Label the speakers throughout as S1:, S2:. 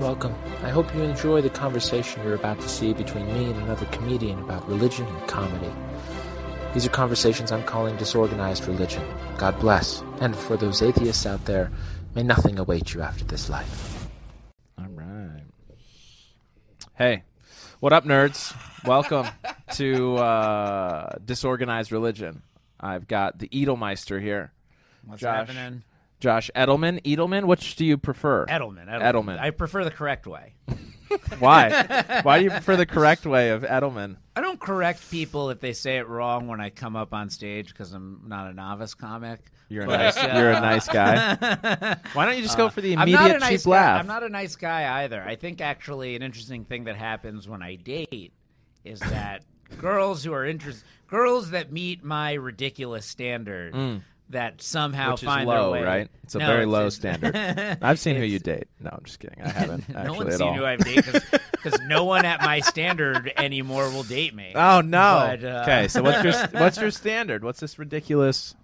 S1: Welcome. I hope you enjoy the conversation you're about to see between me and another comedian about religion and comedy. These are conversations I'm calling disorganized religion. God bless. And for those atheists out there, may nothing await you after this life.
S2: All right. Hey, what up, nerds? Welcome to uh, Disorganized Religion. I've got the Edelmeister here.
S3: What's
S2: Josh.
S3: happening?
S2: Josh Edelman. Edelman, which do you prefer?
S3: Edelman, Edelman.
S2: Edelman.
S3: I prefer the correct way.
S2: Why? Why do you prefer the correct way of Edelman?
S3: I don't correct people if they say it wrong when I come up on stage because I'm not a novice comic.
S2: You're a
S3: But,
S2: nice,
S3: uh,
S2: you're a nice guy. Why don't you just go for the
S3: I'm not
S2: immediate
S3: a nice guy.
S2: cheap laugh?
S3: I'm not a nice guy either. I think actually an interesting thing that happens when I date is that girls who are interested, girls that meet my ridiculous standard, that somehow
S2: Mm. which is
S3: find
S2: low,
S3: their way.
S2: right? It's a
S3: No,
S2: very
S3: it's-
S2: low
S3: it's-
S2: standard. I've seen who you date. No, I'm just kidding. I haven't actually
S3: no one's
S2: at
S3: seen
S2: all.
S3: who I've dated because no one at my standard anymore will date me.
S2: Oh no.
S3: But, uh,
S2: okay, so what's your what's your standard? What's this ridiculous?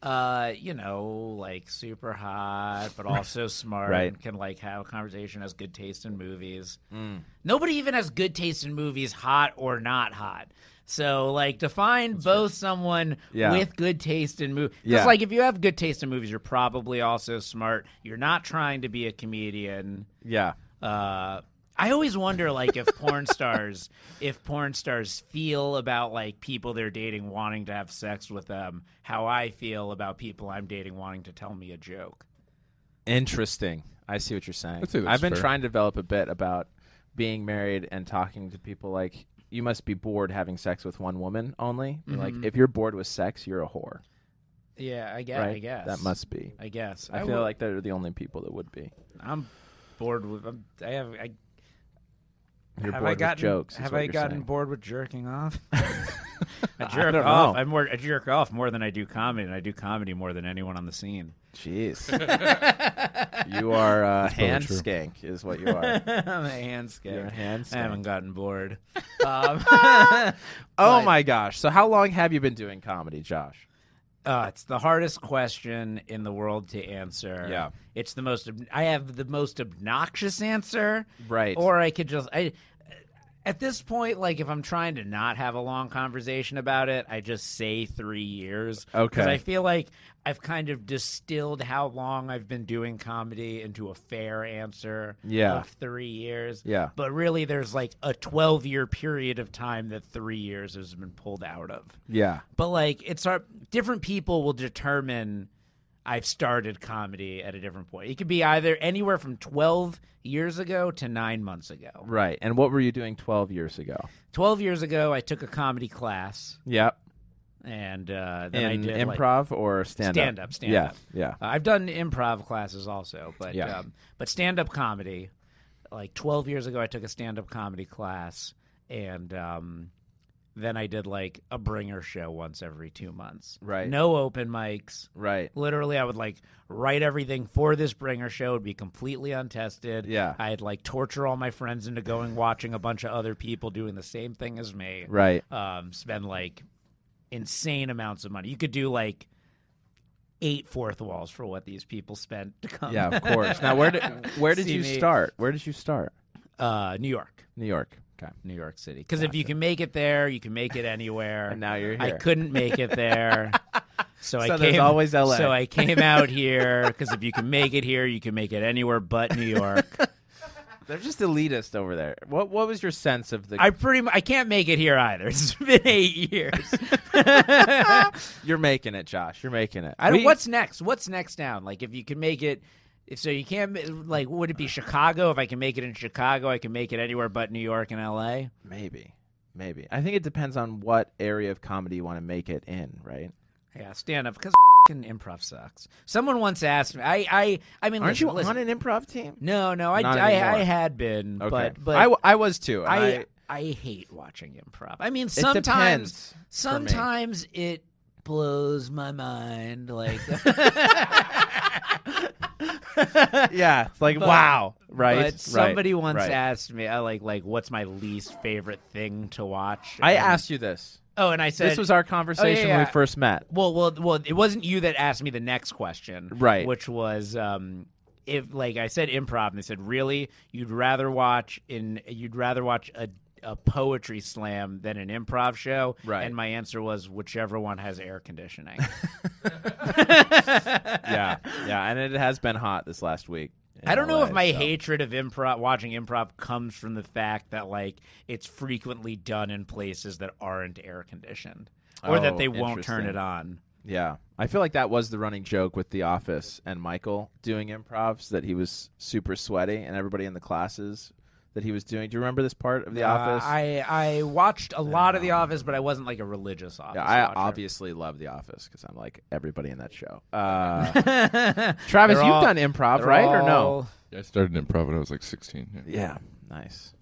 S3: uh, you know, like super hot, but also smart
S2: Right.
S3: and can like have a conversation, has good taste in movies.
S2: Mm.
S3: Nobody even has good taste in movies, hot or not hot. So like define both someone
S2: Yeah.
S3: with good taste in movies.
S2: Yeah.
S3: like if you have good taste in movies, you're probably also smart. You're not trying to be a comedian.
S2: Yeah.
S3: Uh, I always wonder, like, if porn stars, if porn stars feel about like people they're dating wanting to have sex with them, how I feel about people I'm dating wanting to tell me a joke.
S2: Interesting. I see what you're saying.
S4: I'd say that's
S2: I've been
S4: fair.
S2: trying to develop a bit about being married and talking to people like you must be bored having sex with one woman only. You're Like if you're bored with sex, you're a whore.
S3: Yeah, Mm-hmm. I guess.
S2: right?
S3: I guess
S2: That must be.
S3: I guess.
S2: I, feel
S3: would-
S2: like they're the only people that would be.
S3: I'm bored with. I'm, I have. I,
S2: You're
S3: have
S2: bored
S3: I gotten,
S2: with jokes. is
S3: Have
S2: what
S3: I
S2: you're
S3: gotten
S2: saying.
S3: bored with jerking off? I jerk
S2: don't
S3: off.
S2: know.
S3: I'm more. I jerk off more than I do comedy, and I do comedy more than anyone on the scene.
S2: Jeez. you are uh,
S4: probably
S2: hand
S4: true.
S2: skank is what you are.
S3: I'm a hand skank.
S2: You're a hand
S3: I haven't
S2: skank.
S3: gotten bored. Um,
S2: oh
S3: But-
S2: my gosh. So how long have you been doing comedy, Josh?
S3: Uh, it's the hardest question in the world to answer.
S2: Yeah.
S3: it's the most. ob- I have the most obnoxious answer.
S2: Right.
S3: Or I could just. I, at this point, like if I'm trying to not have a long conversation about it, I just say three years.
S2: Okay.
S3: I feel like I've kind of distilled how long I've been doing comedy into a fair answer.
S2: Yeah.
S3: Of three years.
S2: Yeah.
S3: But really, there's like a 12 year period of time that three years has been pulled out of
S2: Yeah.
S3: but like it's our different people will determine I've started comedy at a different point. It could be either anywhere from 12 years ago to 9 months ago.
S2: Right. And what were you doing 12 years ago?
S3: 12 years ago I took a comedy class
S2: Yep.
S3: and uh then I
S2: In
S3: did like,
S2: improv or stand up?
S3: stand-up, stand-up.
S2: Yeah.
S3: Uh, I've done improv classes also, but
S2: Yeah.
S3: um, but stand up comedy. Like twelve years ago, I took a stand up comedy class, and um, then I did like a bringer show once every two months.
S2: Right.
S3: No open mics.
S2: Right.
S3: Literally, I would like write everything for this bringer show. It would be completely untested.
S2: Yeah.
S3: I'd like torture all my friends into going watching a bunch of other people doing the same thing as me
S2: Right.
S3: um, spend like insane amounts of money. You could do like eight fourth walls for what these people spent to come.
S2: Yeah, of course. now where did where did
S3: See
S2: you
S3: me.
S2: start? Where did you start?
S3: uh, New York,
S2: New York. Okay.
S3: New York City. Because if you can make it there, you can make it anywhere.
S2: And now you're
S3: I
S2: here.
S3: couldn't make it there. So, I came,
S2: So there's always LA.
S3: So I came out here because if you can make it here, you can make it anywhere but New York.
S2: They're just elitist over there. What what was your sense of the
S3: I pretty mu I can't make it here either. It's been eight years.
S2: You're making it, Josh. You're making it.
S3: I don't.
S2: We-
S3: what's next? What's next down? Like, if you can make it, if so, you can't. ma- Like, would it be Chicago? If I can make it in Chicago, I can make it anywhere but New York and L.A.
S2: maybe. Maybe. I think it depends on what area of comedy you want to make it in, right?
S3: Yeah, stand up because improv sucks. Someone once asked me. I, I, I mean,
S2: Aren't
S3: listen,
S2: you
S3: listen.
S2: on an improv team?
S3: No, no, I,
S2: Not
S3: I,
S2: anymore.
S3: I had been, but, but
S2: I, w- I was too.
S3: I,
S2: and
S3: I hate watching improv. I mean,
S2: depends
S3: sometimes,
S2: for me.
S3: sometimes it blows my mind. Like,
S2: yeah, it's like
S3: But-
S2: wow, right?
S3: But somebody
S2: right,
S3: once
S2: right.
S3: asked me, I like, like, what's my least favorite thing to watch?
S2: I
S3: And-
S2: asked you this.
S3: Oh, and I said,
S2: this was our conversation when
S3: yeah.
S2: we first met.
S3: well, well, well. It wasn't you that asked me the next question,
S2: Right.
S3: Which was, um, if like I said improv and they said really you'd rather watch in you'd rather watch a a poetry slam than an improv show
S2: Right.
S3: and my answer was whichever one has air conditioning
S2: yeah, yeah, and it has been hot this last week. in
S3: I don't know
S2: LA,
S3: if my
S2: so-
S3: hatred of improv, watching improv, comes from the fact that like it's frequently done in places that aren't air conditioned, or
S2: Oh,
S3: that they won't turn
S2: interesting.
S3: it on.
S2: Yeah, I feel like that was the running joke with The Office and Michael doing improvs that he was super sweaty, and everybody in the classes that he was doing. Do you remember this part of The Office?
S3: Uh,
S2: Um,
S3: I I watched a lot of The Office, but I wasn't like a religious Office.
S2: Yeah, I
S3: watcher.
S2: obviously love The Office because I'm like everybody in that show. Uh, Travis,
S3: They're
S2: you've
S3: all-
S2: done improv,
S3: They're
S2: right or
S3: all-
S2: no?
S4: Yeah, I started in improv when I was like 16. Yeah.
S2: Yeah, nice,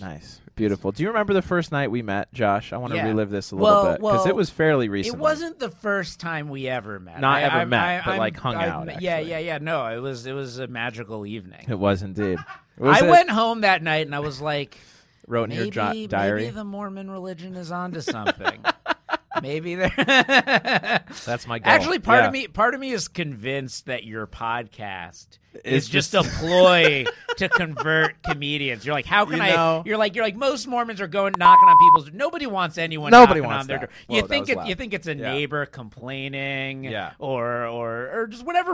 S2: nice, beautiful. Do you remember the first night we met, Josh? I want to
S3: Yeah.
S2: relive this a
S3: Well,
S2: little bit because
S3: well,
S2: it was fairly recent.
S3: It wasn't the first time we ever met.
S2: Not
S3: I-
S2: ever
S3: I'm-
S2: met,
S3: I-
S2: but,
S3: I'm-
S2: like, hung
S3: I'm-
S2: out,
S3: Yeah,
S2: actually.
S3: yeah, yeah. No, it was it was a magical evening.
S2: It was indeed. It was
S3: I
S2: a-
S3: went home that night and I was like,
S2: wrote in
S3: maybe,
S2: your jo- diary.
S3: maybe the Mormon religion is onto something. maybe they're
S2: That's my goal.
S3: actually part
S2: Yeah.
S3: of me. Part of me is convinced that your podcast
S2: It's
S3: is just,
S2: just-
S3: a ploy to convert comedians. You're like, how can
S2: You
S3: I?
S2: know-
S3: You're like, you're like most Mormons are going knocking on people's. Nobody wants anyone.
S2: Nobody
S3: knocking
S2: wants
S3: on their
S2: that.
S3: door.
S2: Whoa,
S3: you
S2: that
S3: think
S2: was
S3: it,
S2: loud.
S3: you think it's a
S2: Yeah.
S3: neighbor complaining,
S2: Yeah.
S3: or or or just whatever.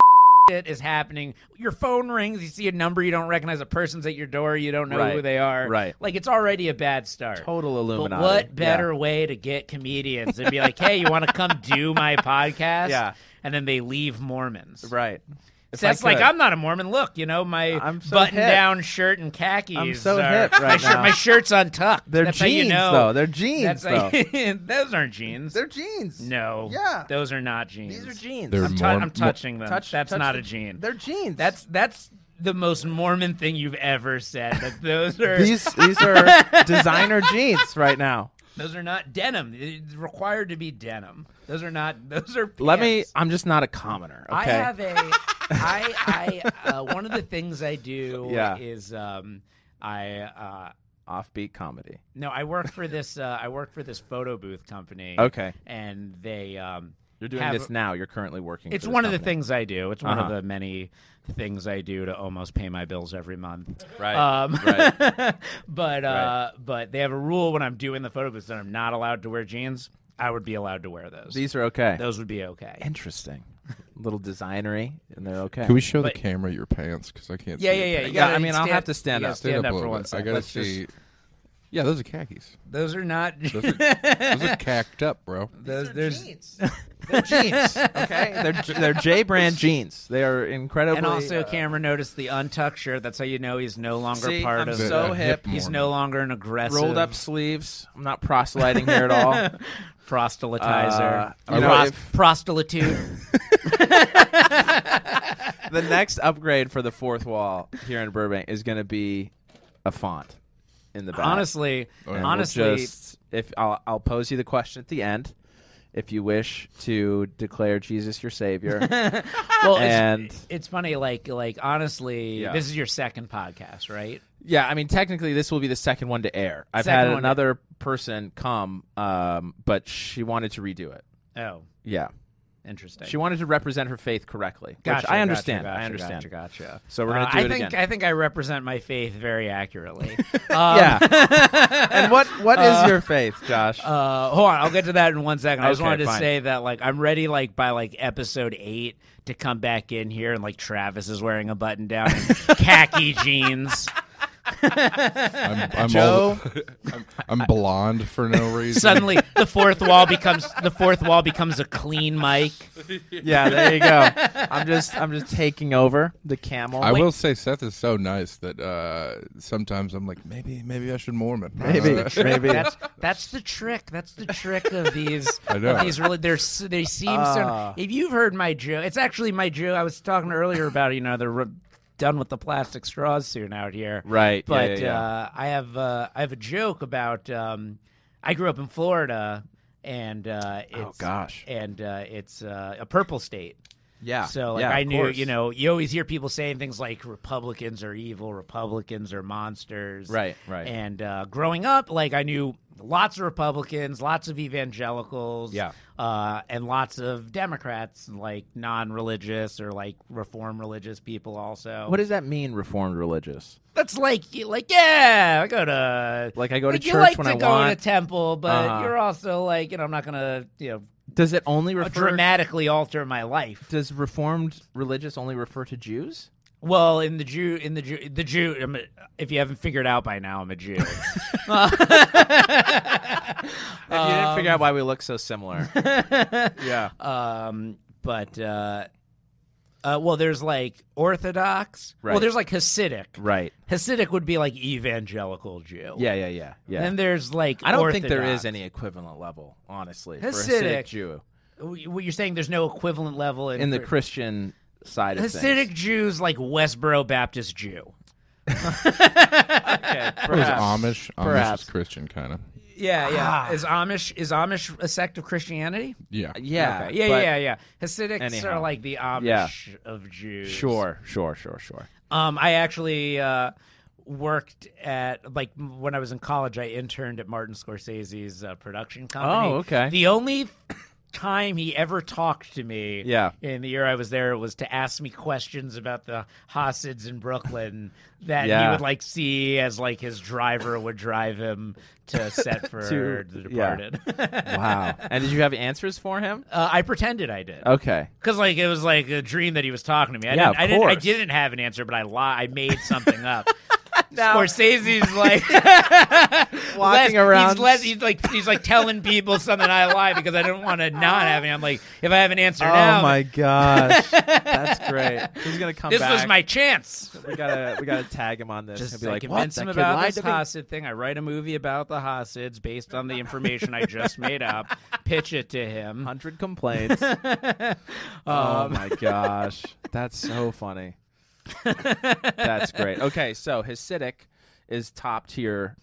S3: It is happening. Your phone rings. You see a number you don't recognize. A person's at your door. You don't know
S2: Right.
S3: who they are.
S2: Right.
S3: Like it's already a bad start.
S2: Total Illuminati.
S3: But what
S2: Yeah.
S3: better way to get comedians and be like, hey, you want to come do my podcast?
S2: Yeah.
S3: And then they leave Mormons.
S2: Right. If
S3: So that's
S2: I
S3: like
S2: could-
S3: I'm not a Mormon. Look, you know my
S2: I'm so
S3: button-down shirt and khakis.
S2: I'm so
S3: are,
S2: hip
S3: my,
S2: right
S3: shirt-
S2: now.
S3: my shirt's untucked.
S2: They're
S3: that's
S2: jeans,
S3: how you know.
S2: though. They're
S3: That's
S2: jeans, though.
S3: how- those aren't jeans.
S2: They're jeans.
S3: no.
S2: Yeah.
S3: Those are not jeans.
S2: These are jeans.
S4: They're
S3: I'm, tou-
S4: Morm-
S3: I'm touching them.
S2: Touch-
S3: that's
S2: touch
S3: not
S2: the-
S3: a jean.
S2: They're jeans.
S3: That's that's the most Mormon thing you've ever said. That those are
S2: these. These are designer jeans right now.
S3: Those are not denim. It's required to be denim. Those are not. Those are. Pants.
S2: Let me. I'm just not a commoner. Okay.
S3: I have a. I I uh, one of the things I do
S2: Yeah.
S3: is um I uh
S2: offbeat comedy.
S3: no I work for this uh, I work for this photo booth company.
S2: Okay.
S3: And they um.
S2: You're doing
S3: have-
S2: this now. You're currently working.
S3: It's
S2: for this
S3: one of the
S2: company.
S3: things I do. It's one of
S2: Uh-huh.
S3: the many things I do to almost pay my bills every month.
S2: Right.
S3: Um,
S2: right.
S3: but uh, but they have a rule when I'm doing the photo booth that I'm not allowed to wear jeans. I would be allowed to wear those.
S2: These are okay.
S3: those would be okay.
S2: Interesting. Little designery, and they're okay.
S4: Can we show
S3: But-
S4: the camera your pants? Because I can't
S3: Yeah,
S4: see
S3: yeah,
S4: your
S3: yeah.
S4: pants.
S3: You
S2: Yeah,
S3: gotta
S2: I mean, I'll
S3: stand-
S2: have to stand
S3: you gotta
S2: up.
S4: Stand,
S3: for
S4: up, a little
S3: one
S4: bit. I
S3: second.
S4: gotta
S3: Let's just-
S4: see. Yeah, those are khakis.
S3: those are not.
S4: Those are, those are cacked up, bro.
S3: those, there's,
S2: jeans. They're jeans. Okay. They're they're J brand jeans. They are incredibly.
S3: and also,
S2: uh,
S3: Cameron noticed the untucked shirt. That's how you know he's no longer
S2: See,
S3: part
S2: I'm
S3: of.
S2: so
S4: The- the
S2: hip.
S3: he's
S4: Mormon.
S3: no longer an aggressive
S2: rolled up sleeves. I'm not proselyting here at all.
S3: proselytizer.
S2: Uh, you know,
S3: Pros-
S2: if-
S3: prostitute.
S2: the next upgrade for the fourth wall here in Burbank is going to be a font in the back.
S3: honestly,
S4: yeah.
S2: And we'll
S3: honestly,
S2: just- if I'll, I'll pose you the question at the end, if you wish to declare Jesus your savior,
S3: well,
S2: and
S3: it's, it's funny. Like, like honestly,
S2: Yeah.
S3: this is your second podcast, right?
S2: yeah, I mean technically this will be the second one to air. I've
S3: Second
S2: had
S3: one to-
S2: another person come, um, but she wanted to redo it.
S3: Oh,
S2: Yeah,
S3: interesting.
S2: she wanted to represent her faith correctly,
S3: Gotcha,
S2: which I understand.
S3: Gotcha,
S2: I
S3: gotcha,
S2: understand.
S3: Gotcha. gotcha.
S2: So we're gonna
S3: Uh,
S2: do
S3: I
S2: it
S3: think,
S2: again.
S3: I think I represent my faith very accurately.
S2: yeah. and what what is your faith, Josh?
S3: Uh, hold on, I'll get to that in one second. I just
S2: Okay,
S3: wanted to
S2: fine.
S3: say that like I'm ready like by like episode eight to come back in here and like Travis is wearing a button down khaki jeans.
S4: I'm, I'm
S2: Joe?
S4: all- I'm, I'm blonde for no reason.
S3: Suddenly the fourth wall becomes the fourth wall becomes a clean mic.
S2: yeah, there you go. I'm just I'm just taking over the camel.
S4: I will say Seth is so nice that uh, sometimes I'm like, maybe, maybe I should Mormon.
S2: Maybe
S4: Uh,
S2: maybe
S3: That's that's the trick. That's the trick of these.
S4: I know.
S3: Of these really, they're s- they seem
S2: Ah.
S3: so. If you've heard my joke, it's actually my joke. I was talking earlier about you know they're re- done with the plastic straws soon out here.
S2: Right, yeah,
S3: But
S2: yeah, yeah.
S3: Uh, I have uh, I have a joke about. Um, I grew up in Florida, and uh, it's
S2: Oh, gosh.
S3: and uh, it's uh, a purple state.
S2: Yeah.
S3: So like
S2: yeah,
S3: I
S2: of
S3: knew,
S2: course.
S3: you know, you always hear people saying things like Republicans are evil, Republicans are monsters.
S2: Right, right.
S3: And uh, growing up, like I knew lots of Republicans, lots of evangelicals,
S2: Yeah.
S3: uh, and lots of Democrats, like non-religious or like reform religious people also.
S2: What does that mean? Reformed religious?
S3: That's like like yeah, I go to
S2: Like I go to
S3: like, you
S2: church
S3: like
S2: when
S3: to
S2: I
S3: go
S2: want.
S3: to temple, but
S2: Uh-huh.
S3: you're also like you know I'm not gonna you know
S2: does it only refer?
S3: dramatically alter my life.
S2: does reformed religious only refer to Jews?
S3: Well, in the Jew, in the Jew, the Jew. I'm a, if you haven't figured out by now, I'm a Jew.
S2: If you didn't figure out why we look so similar. Uh, yeah.
S3: um, but uh, uh, well, there's like Orthodox.
S2: Right.
S3: Well, there's like Hasidic.
S2: Right.
S3: Hasidic would be like evangelical Jew.
S2: Yeah. Yeah. Yeah. Yeah.
S3: Then there's like
S2: I don't think there
S3: Orthodox.
S2: is any equivalent level, honestly, for Hasidic
S3: Hasidic.
S2: Jew
S3: What you're saying? There's no equivalent level in,
S2: in the
S3: Chri-
S2: Christian side of
S3: Hasidic
S2: things.
S3: Jews like Westboro Baptist Jew.
S2: Okay,
S4: It was
S2: perhaps.
S4: Amish. Amish
S2: Perhaps.
S4: is Christian, kind of.
S3: Yeah, yeah. Is Amish is Amish a sect of Christianity?
S4: Yeah.
S2: Yeah.
S3: Okay. Yeah,
S2: but-
S3: yeah, yeah. Hasidics
S2: Anyhow.
S3: are like the Amish of Jews.
S2: Sure. Sure. Sure. Sure.
S3: Um, I actually uh, worked at like m- when I was in college. I interned at Martin Scorsese's uh, production company.
S2: Oh, okay.
S3: The only time he ever talked to me,
S2: Yeah.
S3: in the year I was there, was to ask me questions about the Hasids in Brooklyn that
S2: Yeah.
S3: he would like see as like his driver would drive him to set for
S2: To-
S3: The
S2: yeah.
S3: Departed.
S2: Wow. and did you have answers for him?
S3: uh, I pretended I did.
S2: Okay.
S3: Cause like it was like a dream that he was talking to me. I
S2: Yeah,
S3: didn't,
S2: of
S3: I didn't, I
S2: course.
S3: didn't have an answer, but I lie. I made something up.
S2: Now-
S3: Scorsese's like less-
S2: Walking around.
S3: He's, less, he's like he's like telling people something I lie because I don't want to not have it. I'm like, if I have an answer
S2: oh
S3: now,
S2: my gosh, that's great. He's gonna come
S3: this
S2: back.
S3: was my chance.
S2: We gotta we gotta tag him on this.
S3: Just
S2: and be
S3: I
S2: like, what?
S3: convince
S2: That
S3: him
S2: kid
S3: about
S2: lied
S3: this
S2: to me?
S3: Hasid thing. I write a movie about the Hasids based on the information I just made up. Pitch it to him.
S2: hundred complaints. oh
S3: Um,
S2: my gosh, that's so funny. that's great. Okay, so Hasidic is top tier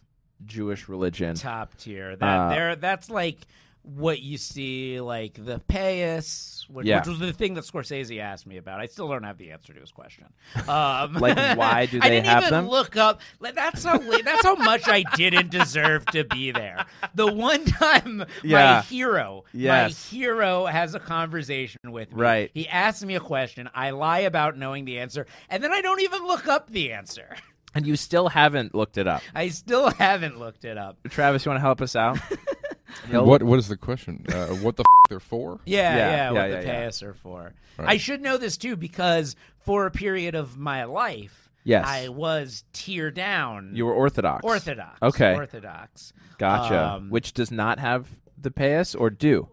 S2: Jewish religion.
S3: top tier. That
S2: Uh,
S3: there, that's like what you see, like the payas, which,
S2: Yeah.
S3: which was the thing that Scorsese asked me about. I still don't have the answer to his question. Um,
S2: Like, why do
S3: I
S2: they
S3: didn't
S2: have
S3: even
S2: them?
S3: Look up. like, That's how li- that's how much I didn't deserve to be there. The one time
S2: Yeah.
S3: my hero,
S2: Yes.
S3: my hero has a conversation with me.
S2: Right.
S3: He asks me a question. I lie about knowing the answer, and then I don't even look up the answer.
S2: And you still haven't looked it up.
S3: I still haven't looked it up.
S2: Travis, you want to help us out? He'll-
S4: What What is the question? Uh, what the f- they're for?
S3: Yeah,
S2: Yeah,
S3: yeah,
S2: yeah,
S3: what
S2: yeah,
S3: the
S2: yeah.
S3: pass are for.
S4: Right.
S3: I should know this too because for a period of my life,
S2: Yes.
S3: I was tear down
S2: You were Orthodox.
S3: Orthodox.
S2: Okay.
S3: Orthodox.
S2: Gotcha.
S3: Um,
S2: Which does not have the payas or do.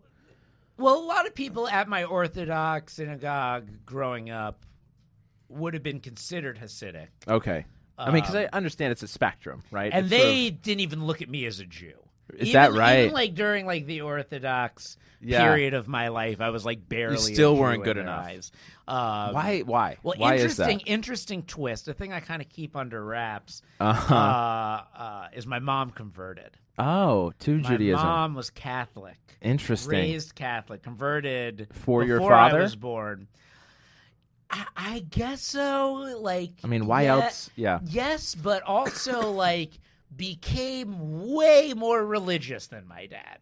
S3: Well, a lot of people at my Orthodox synagogue growing up would have been considered Hasidic.
S2: Okay. I mean, because I understand it's a spectrum, right?
S3: Um, And
S2: It's sort
S3: they didn't even look at me as a Jew.
S2: Is
S3: Even-
S2: that right?
S3: Even like during like the Orthodox
S2: Yeah.
S3: period of my life, I was like barely. a
S2: still
S3: Jew
S2: weren't
S3: in
S2: good
S3: their
S2: enough.
S3: eyes. Um,
S2: of- why? Why?
S3: Well,
S2: why is that?
S3: interesting, interesting twist. The thing I kind of keep under wraps
S2: Uh-huh.
S3: uh, uh, is my mom converted.
S2: Oh, to
S3: My
S2: Judaism.
S3: mom was Catholic,
S2: Interesting.
S3: raised Catholic, converted
S2: For your
S3: before
S2: father?
S3: I was born. I, I guess so. Like,
S2: I mean, why
S3: yeah-
S2: else? Yeah.
S3: Yes, but also like became way more religious than my dad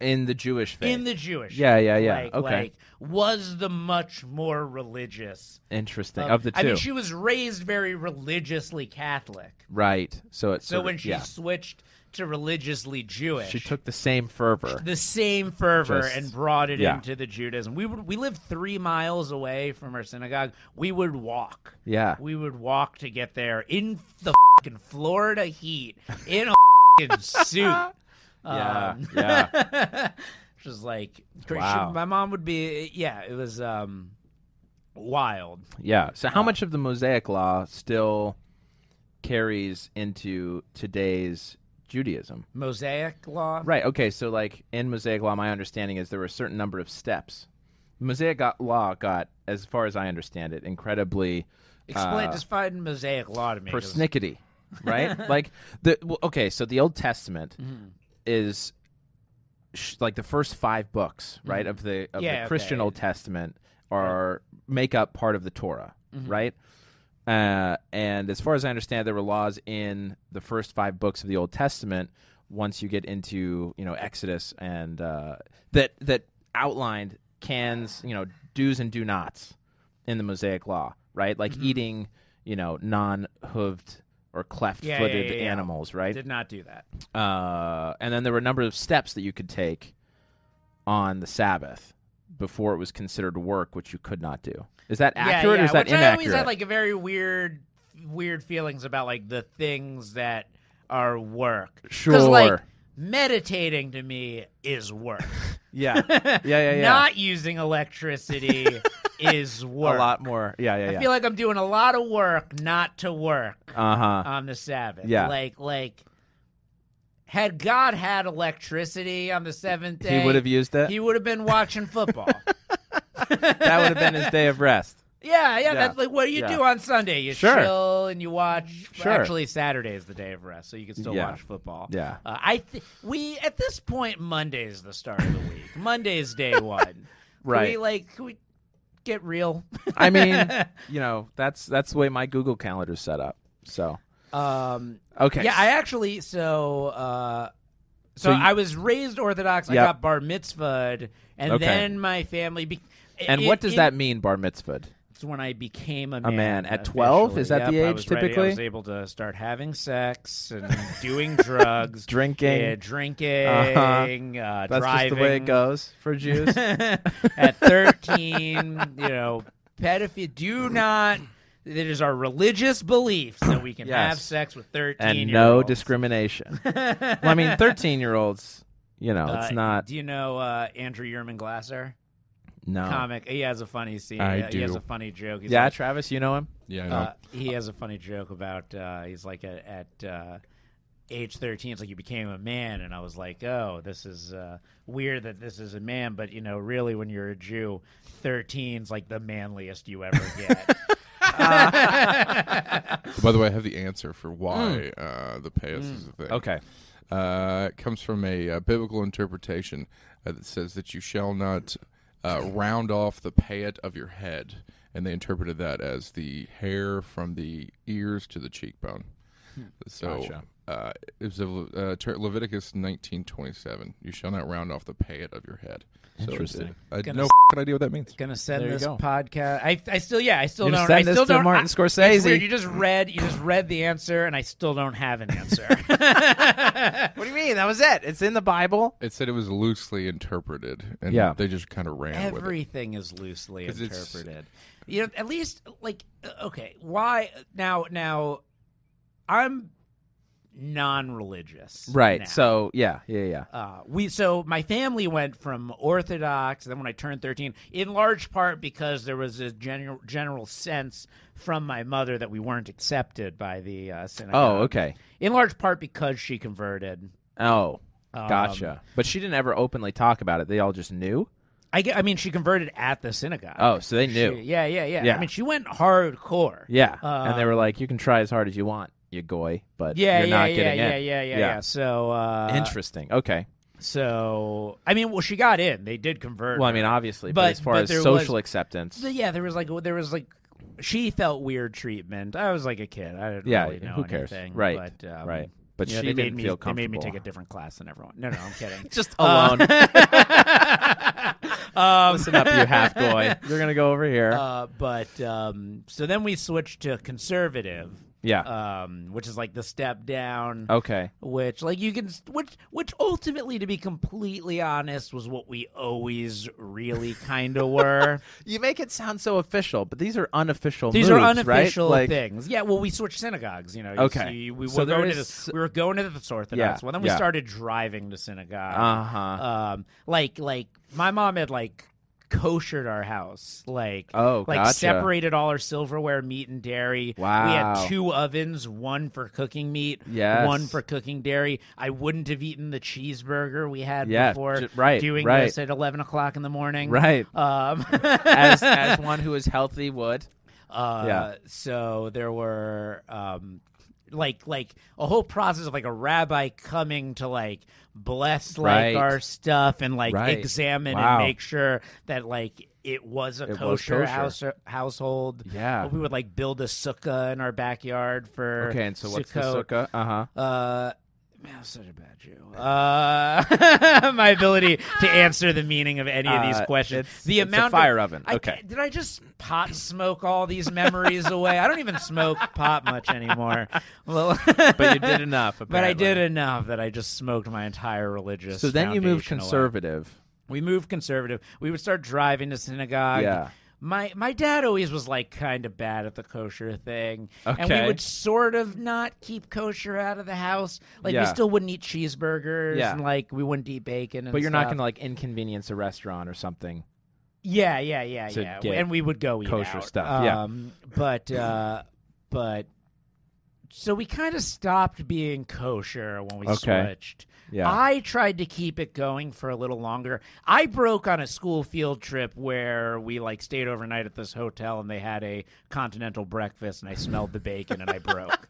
S2: In the Jewish faith.
S3: in the Jewish.
S2: Yeah, yeah, yeah.
S3: Like,
S2: Okay.
S3: like, was the much more religious
S2: Interesting. Of the two.
S3: I mean, she was raised very religiously Catholic.
S2: right. So it's
S3: So
S2: sort of-
S3: when she
S2: yeah.
S3: switched to religiously Jewish,
S2: she took the same fervor.
S3: the same fervor
S2: Just-
S3: and brought it
S2: yeah.
S3: into the Judaism. We would we lived three miles away from our synagogue. We would walk.
S2: Yeah.
S3: We would walk to get there in the fing Florida heat in a fing suit.
S2: yeah.
S3: Um,
S2: yeah.
S3: Which was like crazy.
S2: Wow.
S3: my mom would be yeah, it was um wild.
S2: Yeah. So how much of the Mosaic law still carries into today's Judaism?
S3: Mosaic law.
S2: Right. Okay. So like in Mosaic law, my understanding is there were a certain number of steps. Mosaic got, law got, as far as I understand it, incredibly
S3: Explain
S2: uh,
S3: define mosaic law to me. 'cause-
S2: persnickety, right? like the well, okay, so the Old Testament
S3: Mm-hmm.
S2: is sh- like the first five books, right, of the of
S3: Mm-hmm. Yeah,
S2: the Christian
S3: okay.
S2: Old Testament are make up part of the Torah,
S3: Mm-hmm.
S2: right? Uh, and as far as I understand, there were laws in the first five books of the Old Testament. Once you get into you know Exodus and uh, that that outlined cans you know do's and do nots in the Mosaic Law, right? Like
S3: Mm-hmm.
S2: eating you know non-hooved or
S3: yeah,
S2: cleft-footed
S3: yeah, yeah.
S2: animals, right?
S3: Did not do that.
S2: uh, and then there were a number of steps that you could take on the Sabbath before it was considered work, which you could not do. Is that accurate
S3: yeah, yeah.
S2: or is that
S3: Which
S2: inaccurate?
S3: I always had like a very weird, weird feelings about like the things that are work. 'Cause, like
S2: Sure.
S3: meditating to me is work.
S2: yeah, yeah, yeah, yeah.
S3: Not using electricity is work.
S2: a lot more. Yeah, yeah,
S3: I
S2: yeah.
S3: feel like I'm doing a lot of work not to work
S2: uh huh.
S3: on the Sabbath.
S2: Yeah.
S3: Like like had God had electricity on the seventh day,
S2: He would have used it.
S3: he would have been watching football.
S2: that would have been his day of rest.
S3: yeah, yeah,
S2: Yeah.
S3: That's like what do you
S2: Yeah.
S3: do on Sunday? You
S2: Sure.
S3: chill and you watch.
S2: Sure.
S3: Actually, Saturday is the day of rest, so you can still
S2: Yeah.
S3: watch football.
S2: Yeah.
S3: Uh, I th- we at this point Monday is the start of the week. Monday is day one. Can
S2: Right.
S3: we like can we get real.
S2: I mean, you know, that's that's the way my Google calendar's set up. So
S3: Um,
S2: okay.
S3: Yeah, I actually so uh, so,
S2: So you-
S3: I was raised Orthodox. I
S2: Yep.
S3: got bar mitzvahed, and
S2: Okay.
S3: then my family. Be-
S2: and
S3: it-
S2: what does
S3: it-
S2: that mean, bar mitzvah?
S3: It's when I became a man.
S2: man. At 12? Is that
S3: officially.
S2: the
S3: Yep, I
S2: age
S3: was ready. I was
S2: typically?
S3: able to start having sex and doing drugs,
S2: Drinking. Uh-huh.
S3: yeah, drinking, uh,
S2: That's
S3: driving.
S2: just the way it goes for Jews.
S3: at 13, you know, pedophilia. Do not. It is our religious beliefs that we can
S2: Yes.
S3: have sex with 13
S2: and
S3: year
S2: no
S3: olds.
S2: discrimination. well, I mean, thirteen-year-olds, you know, it's
S3: Uh,
S2: not
S3: Do you know uh, Andrew Yerman Glasser?
S2: no.
S3: Comic. He has a funny scene.
S4: I
S3: he, he has
S4: do.
S3: a funny joke. He's
S2: Yeah,
S3: like,
S2: Travis, you know him.
S4: Yeah, I know.
S3: uh, he has a funny joke about uh, he's like at, at uh, age 13 it's like you became a man and i was like oh this is uh, weird that this is a man but you know really when you're a jew 13's like the manliest you ever get
S4: By the way, I have the answer for why uh, the payos is a thing.
S2: Okay.
S4: Uh, it comes from a, uh biblical interpretation uh, that says that you shall not uh, round off the payet of your head. And they interpreted that as the hair from the ears to the cheekbone. So
S2: Hmm. Gotcha.
S4: uh, it was a, Le- uh, Ter- Leviticus 19:27. You shall not round off the payet of your head. So it's-
S2: Interesting.
S4: I had
S3: Gonna
S4: no
S3: s-
S4: f***ing idea what that means.
S3: gonna send
S2: There you
S3: this
S2: go.
S3: podcast I, I still yeah i still
S2: You're gonna
S3: don't
S2: send
S3: i
S2: this
S3: still
S2: to
S3: don't
S2: Martin
S3: I-
S2: Scorsese.
S3: it's weird, you just read you just read the answer and i still don't have an answer
S2: What do you mean? That was it. It's in the Bible.
S4: It said it was loosely interpreted, and
S2: Yeah.
S4: they just kind of ran with it.
S3: everything is loosely
S4: 'Cause it's-
S3: interpreted you know at least like uh, okay why now now i'm non-religious
S2: Right.
S3: now.
S2: So yeah, yeah, yeah.
S3: uh, we so my family went from Orthodox. Then when I turned thirteen, in large part because there was a general general sense from my mother that we weren't accepted by the uh, synagogue.
S2: Oh, okay.
S3: In large part because she converted.
S2: Oh,
S3: Um,
S2: gotcha. But she didn't ever openly talk about it. They all just knew.
S3: I, get- I mean, she converted at the synagogue.
S2: Oh, so they knew.
S3: She- yeah, yeah, yeah,
S2: Yeah.
S3: I mean, she went hardcore.
S2: yeah. and they
S3: Um,
S2: were like, "You can try as hard as you want, you goy, but
S3: Yeah,
S2: you're
S3: yeah,
S2: not
S3: yeah,
S2: getting
S3: yeah,
S2: in."
S3: yeah, yeah,
S2: Yeah.
S3: yeah. So, uh,
S2: Interesting. Okay.
S3: so I mean, well, she got in. They did convert.
S2: Well, I
S3: her.
S2: mean, obviously, but,
S3: But-
S2: as far
S3: but
S2: as
S3: there
S2: social
S3: was-
S2: acceptance,
S3: So, yeah, there was like there was like she felt weird treatment. I was like a kid. I didn't
S2: yeah,
S3: really know
S2: who cares?
S3: anything.
S2: right.
S3: But, um,
S2: right. But
S3: you know,
S2: she
S3: they
S2: didn't
S3: made me,
S2: feel
S3: They
S2: comfortable.
S3: made me take a different class than everyone. No, no, I'm kidding.
S2: just
S3: Uh,
S2: alone.
S3: um,
S2: Listen up, you half goy. You're gonna go over here.
S3: Uh, but um, so then we switched to conservative,
S2: yeah.
S3: um, which is like the step down.
S2: okay.
S3: which like you can which which ultimately to be completely honest was what we always really kind of were
S2: You make it sound so official, but these are unofficial.
S3: these are
S2: moves, right?
S3: unofficial
S2: Like-
S3: things yeah well we switched synagogues you know You
S2: Okay.
S3: see, we,
S2: So
S3: were
S2: there
S3: going
S2: is-
S3: to the, we were going to the orthodox
S2: Yeah,
S3: one then we
S2: yeah.
S3: started driving to synagogue
S2: Uh-huh.
S3: um like like my mom had like koshered our house like
S2: Oh,
S3: like
S2: gotcha.
S3: separated all our silverware meat and dairy we
S2: Wow.
S3: had two ovens one for cooking meat
S2: Yes.
S3: one for cooking dairy i wouldn't have eaten the cheeseburger we had
S2: Yeah,
S3: before
S2: j- right,
S3: doing
S2: right.
S3: this at 11 o'clock in the morning
S2: Right.
S3: um
S2: as as one who is healthy would.
S3: uh,
S2: Yeah.
S3: So there were um, like like a whole process of like a rabbi coming to like bless like
S2: Right.
S3: our stuff and like
S2: Right.
S3: examine
S2: Wow.
S3: and make sure that like it was a
S2: It was
S3: kosher,
S2: kosher.
S3: House, household.
S2: Yeah.
S3: we would like build a sukkah in our backyard for
S2: Okay, and so what's the
S3: Sukkot.
S2: sukkah? Uh huh.
S3: Uh, man, I'm such a bad Jew. Uh, my ability to answer the meaning of any of these
S2: Uh,
S3: questions.
S2: it's-
S3: the
S2: it's a
S3: amount of-
S2: fire oven.
S3: I
S2: Okay.
S3: ca- did I just pot smoke all these memories away? I don't even smoke pot much anymore. Well,
S2: But you did enough.
S3: But I did
S2: apparently.
S3: enough that I just smoked my entire religious.
S2: So then you moved
S3: foundation away.
S2: conservative.
S3: We moved conservative. We would start driving to synagogue.
S2: Yeah.
S3: My my dad always was like kind of bad at the kosher thing, and we
S2: Okay.
S3: would sort of not keep kosher out of the house. Like
S2: Yeah.
S3: we still wouldn't eat cheeseburgers,
S2: Yeah.
S3: and like we wouldn't eat bacon. And
S2: But you're not
S3: stuff.
S2: going to like inconvenience a restaurant or something.
S3: Yeah, yeah, yeah,
S2: to
S3: yeah.
S2: get
S3: and we would go eat
S2: kosher
S3: out.
S2: stuff, yeah.
S3: Um, but uh, but so we kind of stopped being kosher when we
S2: Okay.
S3: switched.
S2: Yeah.
S3: I tried to keep it going for a little longer. I broke on a school field trip where we like stayed overnight at this hotel and they had a continental breakfast and I smelled the bacon and I broke.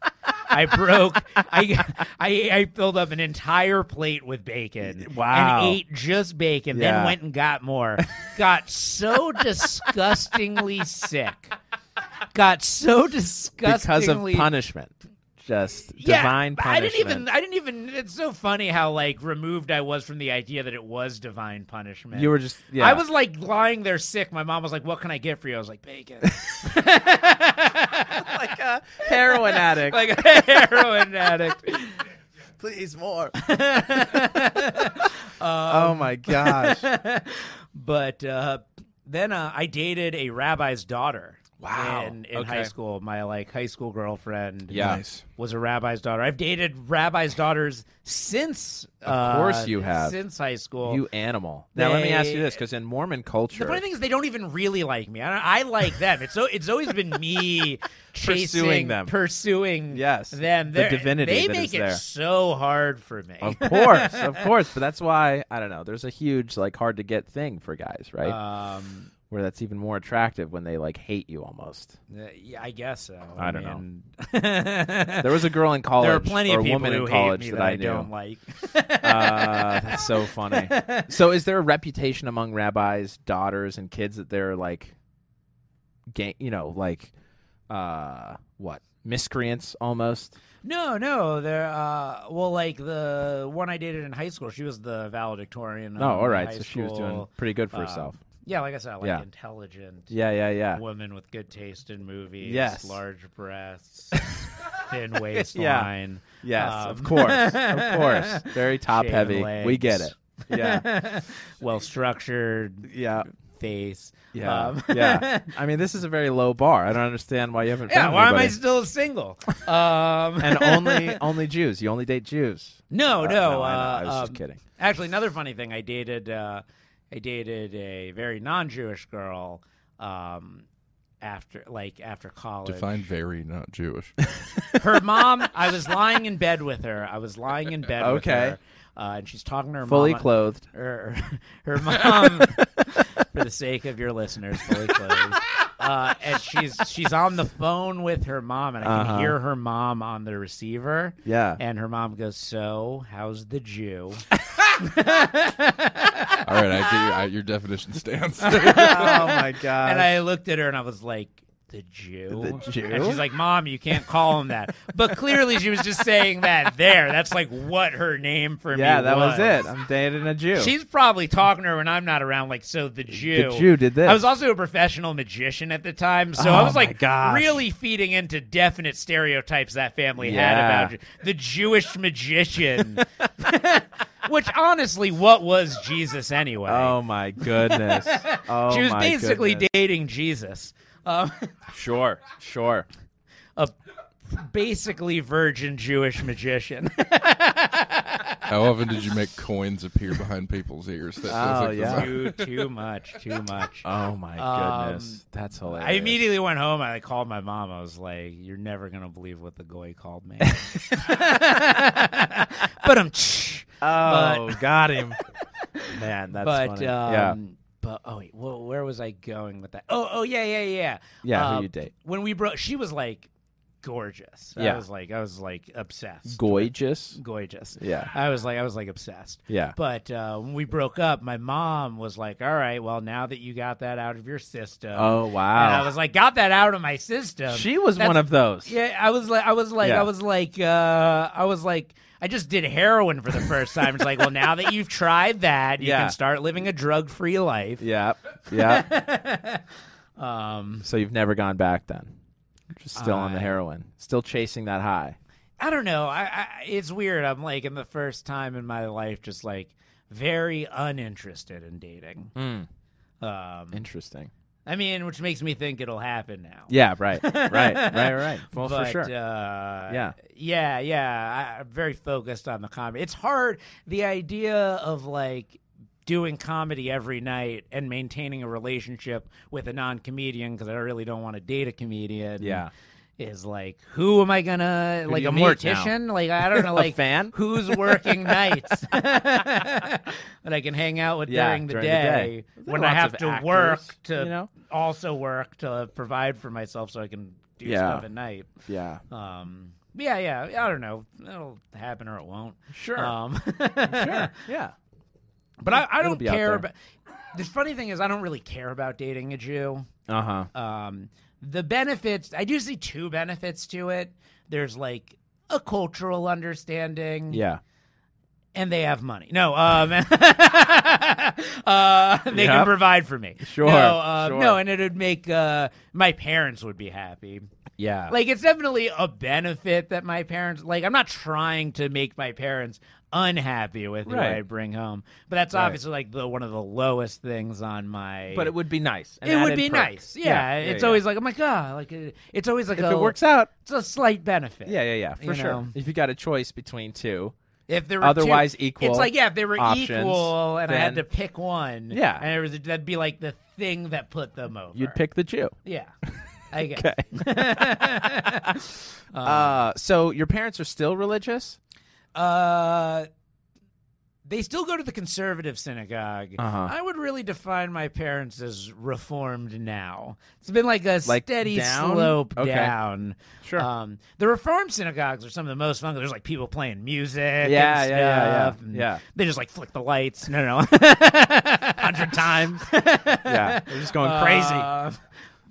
S3: I broke. I, I I filled up an entire plate with bacon.
S2: Wow.
S3: And ate just bacon.
S2: Yeah.
S3: Then went and got more. got so disgustingly sick. Got so
S2: Because of
S3: disgustingly
S2: punishment. Just
S3: yeah,
S2: divine
S3: but
S2: punishment.
S3: I didn't even. I didn't even. It's so funny how like removed I was from the idea that it was divine punishment.
S2: You were just. Yeah.
S3: I was like lying there sick. My mom was like, "What can I get for you?" I was like, "Bacon."
S2: like a heroin addict.
S3: like a heroin addict.
S2: please more.
S3: Um,
S2: oh my gosh.
S3: But uh, then uh, I dated a rabbi's daughter.
S2: Wow.
S3: In, in
S2: Okay.
S3: high school, my like high school girlfriend.
S2: Yeah.
S4: Nice.
S3: Was a rabbi's daughter. I've dated rabbi's daughters since. Of
S2: course you have.
S3: Since high school.
S2: You animal. Now let me ask you this, because in Mormon culture,
S3: The funny thing is, they don't even really like me. I, don't- I like them. It's so it's always been me chasing,
S2: Pursuing them.
S3: pursuing
S2: Yes.
S3: them.
S2: The
S3: They're-
S2: divinity
S3: They
S2: that
S3: make
S2: is
S3: it
S2: there.
S3: so hard for me.
S2: of course, of course. But that's why I don't know. There's a huge like hard to get thing for guys, right?
S3: Um,
S2: Where that's even more attractive when they like hate you almost.
S3: yeah, I guess so.
S2: I don't know.
S3: know.
S2: There was a girl in college.
S3: there are plenty
S2: or
S3: of
S2: a
S3: people
S2: woman
S3: who
S2: in college
S3: hate me
S2: that,
S3: that
S2: I knew.
S3: don't like.
S2: uh, that's so funny. So, is there a reputation among rabbis, daughters, and kids that they're like, ga- you know, like, uh, what miscreants almost?
S3: No, no, they're uh, well, like the one I dated in high school. She was the valedictorian.
S2: No,
S3: of
S2: all right.
S3: Um, high
S2: Oh, So she was doing
S3: school.
S2: pretty good for
S3: Um,
S2: herself.
S3: Yeah, like I said, I like
S2: Yeah.
S3: intelligent.
S2: Yeah, yeah, yeah.
S3: woman with good taste in movies.
S2: Yes.
S3: Large breasts, thin waistline.
S2: Yes,
S3: Um,
S2: of course, of course. Very top heavy.
S3: shaved
S2: We get it.
S3: legs.
S2: Yeah,
S3: well structured
S2: yeah,
S3: face.
S2: yeah,
S3: Um,
S2: yeah. I mean, this is a very low bar. I don't understand why you haven't.
S3: yeah,
S2: found
S3: why am I
S2: anybody.
S3: still single? Um,
S2: and only only Jews. You only date Jews.
S3: no,
S2: Uh,
S3: no.
S2: I, know.
S3: uh,
S2: I was just
S3: um,
S2: kidding.
S3: Actually, another funny thing. I dated. Uh, I dated a very non-Jewish girl. Um, after like after college,
S4: Define very not Jewish.
S3: her mom. I was lying in bed with her. I was lying in bed. with
S2: Okay.
S3: her, uh, and she's talking to her
S2: Fully
S3: mom.
S2: clothed.
S3: her, her mom for the sake of your listeners fully clothed. Uh, and she's she's on the phone with her mom, and I can
S2: Uh-huh.
S3: hear her mom on the receiver.
S2: Yeah.
S3: and her mom goes, "So, how's the Jew?"
S4: All right, I get your, I, your definition stands.
S2: oh my god.
S3: and I looked at her, and I was like, "The Jew."
S2: The Jew?
S3: And she's like, "Mom, you can't call him that." But clearly, she was just saying that there. That's like what her name for me.
S2: yeah, that was. it. I'm dating a Jew.
S3: She's probably talking to her when I'm not around. Like, so the Jew,
S2: Jew did this.
S3: I was also a professional magician at the time, so
S2: Oh
S3: I was
S2: my
S3: like
S2: gosh.
S3: really feeding into definite stereotypes that family
S2: Yeah.
S3: had about Ju- the Jewish magician. Which honestly, what was Jesus anyway?
S2: oh my goodness. Oh
S3: she was
S2: my
S3: basically
S2: goodness.
S3: dating Jesus, um,
S2: Sure, sure.
S3: a basically virgin Jewish magician.
S4: How often did you make coins appear behind people's ears? That feels
S2: Oh,
S4: like the
S2: yeah.
S4: most-
S3: too, too much, too much.
S2: Oh my
S3: Um,
S2: goodness. That's hilarious.
S3: I immediately went home. I called my mom. I was like, "You're never gonna believe what the goy called me." um, but I'm,
S2: Oh, got him. Man, that's
S3: but um,
S2: funny. yeah.
S3: but oh wait, whoa, where was I going with that? Oh, oh yeah, yeah, yeah.
S2: Yeah, who
S3: Uh,
S2: you date.
S3: When we broke, she was like gorgeous.
S2: Yeah.
S3: I was like I was like obsessed.
S2: Gorgeous.
S3: gorgeous.
S2: Yeah.
S3: I was like I was like obsessed.
S2: Yeah.
S3: But uh, when we broke up, my mom was like, "All right, well now that you got that out of your system."
S2: Oh
S3: And I
S2: wow.
S3: was like, "Got that out of my system."
S2: she was
S3: That's-
S2: one of those.
S3: Yeah, I was like, I was like,
S2: Yeah.
S3: I was like, uh, I was like, I just did heroin for the first time. It's like, well, now that you've tried that, you
S2: Yeah.
S3: can start living a drug-free life.
S2: Yeah. Yeah.
S3: Um,
S2: so you've never gone back then. Just still on the heroin. Still chasing that high.
S3: I don't know. I, I it's weird. I'm like, in the first time in my life, just like very uninterested in dating.
S2: Mm. Mm-hmm.
S3: Um,
S2: Interesting.
S3: I mean, which makes me think it'll happen now.
S2: Yeah, right. Right. right, right. Well,
S3: but,
S2: for sure.
S3: Uh,
S2: Yeah.
S3: yeah, yeah, yeah. I, I'm very focused on the comedy. It's hard. The idea of like doing comedy every night and maintaining a relationship with a non-comedian because I really don't want to date a comedian.
S2: Yeah.
S3: Is like who am I gonna like
S2: you
S3: a
S2: meet now?
S3: mortician? Like I don't know,
S2: A
S3: like
S2: fan?
S3: who's working nights that I can hang out with
S2: Yeah,
S3: during, the,
S2: during the
S3: day,
S2: day. There are
S3: when I
S2: lots
S3: have
S2: of
S3: to
S2: actors,
S3: work to
S2: you know?
S3: also work to provide for myself so I can do
S2: Yeah.
S3: stuff at night.
S2: yeah.
S3: Um, yeah, yeah. I don't know. It'll happen or it won't.
S2: Sure.
S3: Um,
S2: Sure. Yeah.
S3: But I, I don't
S2: be out there.
S3: care. About, the funny thing is, I don't really care about dating a Jew.
S2: Uh huh.
S3: Um, the benefits, I do see two benefits to it. There's like a cultural understanding,
S2: Yeah.
S3: and they have money. No, um, uh, they
S2: Yep.
S3: can provide for me.
S2: Sure,
S3: No, um,
S2: sure.
S3: no and it would make uh, my parents would be happy.
S2: Yeah.
S3: like it's definitely a benefit that my parents like i'm not trying to make my parents unhappy with what
S2: Right.
S3: i bring home but that's obviously like the one of the lowest things on my
S2: but it would be nice. an
S3: it would
S2: added
S3: be
S2: perk.
S3: nice yeah, it's
S2: yeah.
S3: always like i'm like ah like uh, it's always like
S2: if
S3: a,
S2: it works out.
S3: it's a slight benefit
S2: Yeah, yeah, yeah, for
S3: you
S2: sure.
S3: know?
S2: If you got a choice between two,
S3: if there were
S2: Otherwise
S3: two,
S2: equal
S3: it's like yeah if they were
S2: options,
S3: equal and i had to
S2: then-
S3: pick one
S2: Yeah.
S3: and it was, that'd be like the thing that put them over
S2: you'd pick the Jew.
S3: yeah i guess
S2: uh, so your parents are still religious?
S3: Uh, they still go to the conservative synagogue.
S2: Uh-huh.
S3: I would really define my parents as reformed now. It's been like a
S2: Like
S3: steady
S2: down?
S3: slope
S2: Okay.
S3: down.
S2: Sure.
S3: Um, the reformed synagogues are some of the most fun. There's like people playing music. and
S2: Yeah, yeah, yeah, yeah.
S3: stuff, and
S2: Yeah.
S3: They just like flick the lights. No, no, hundred times.
S2: Yeah, they're just going crazy.
S3: Um,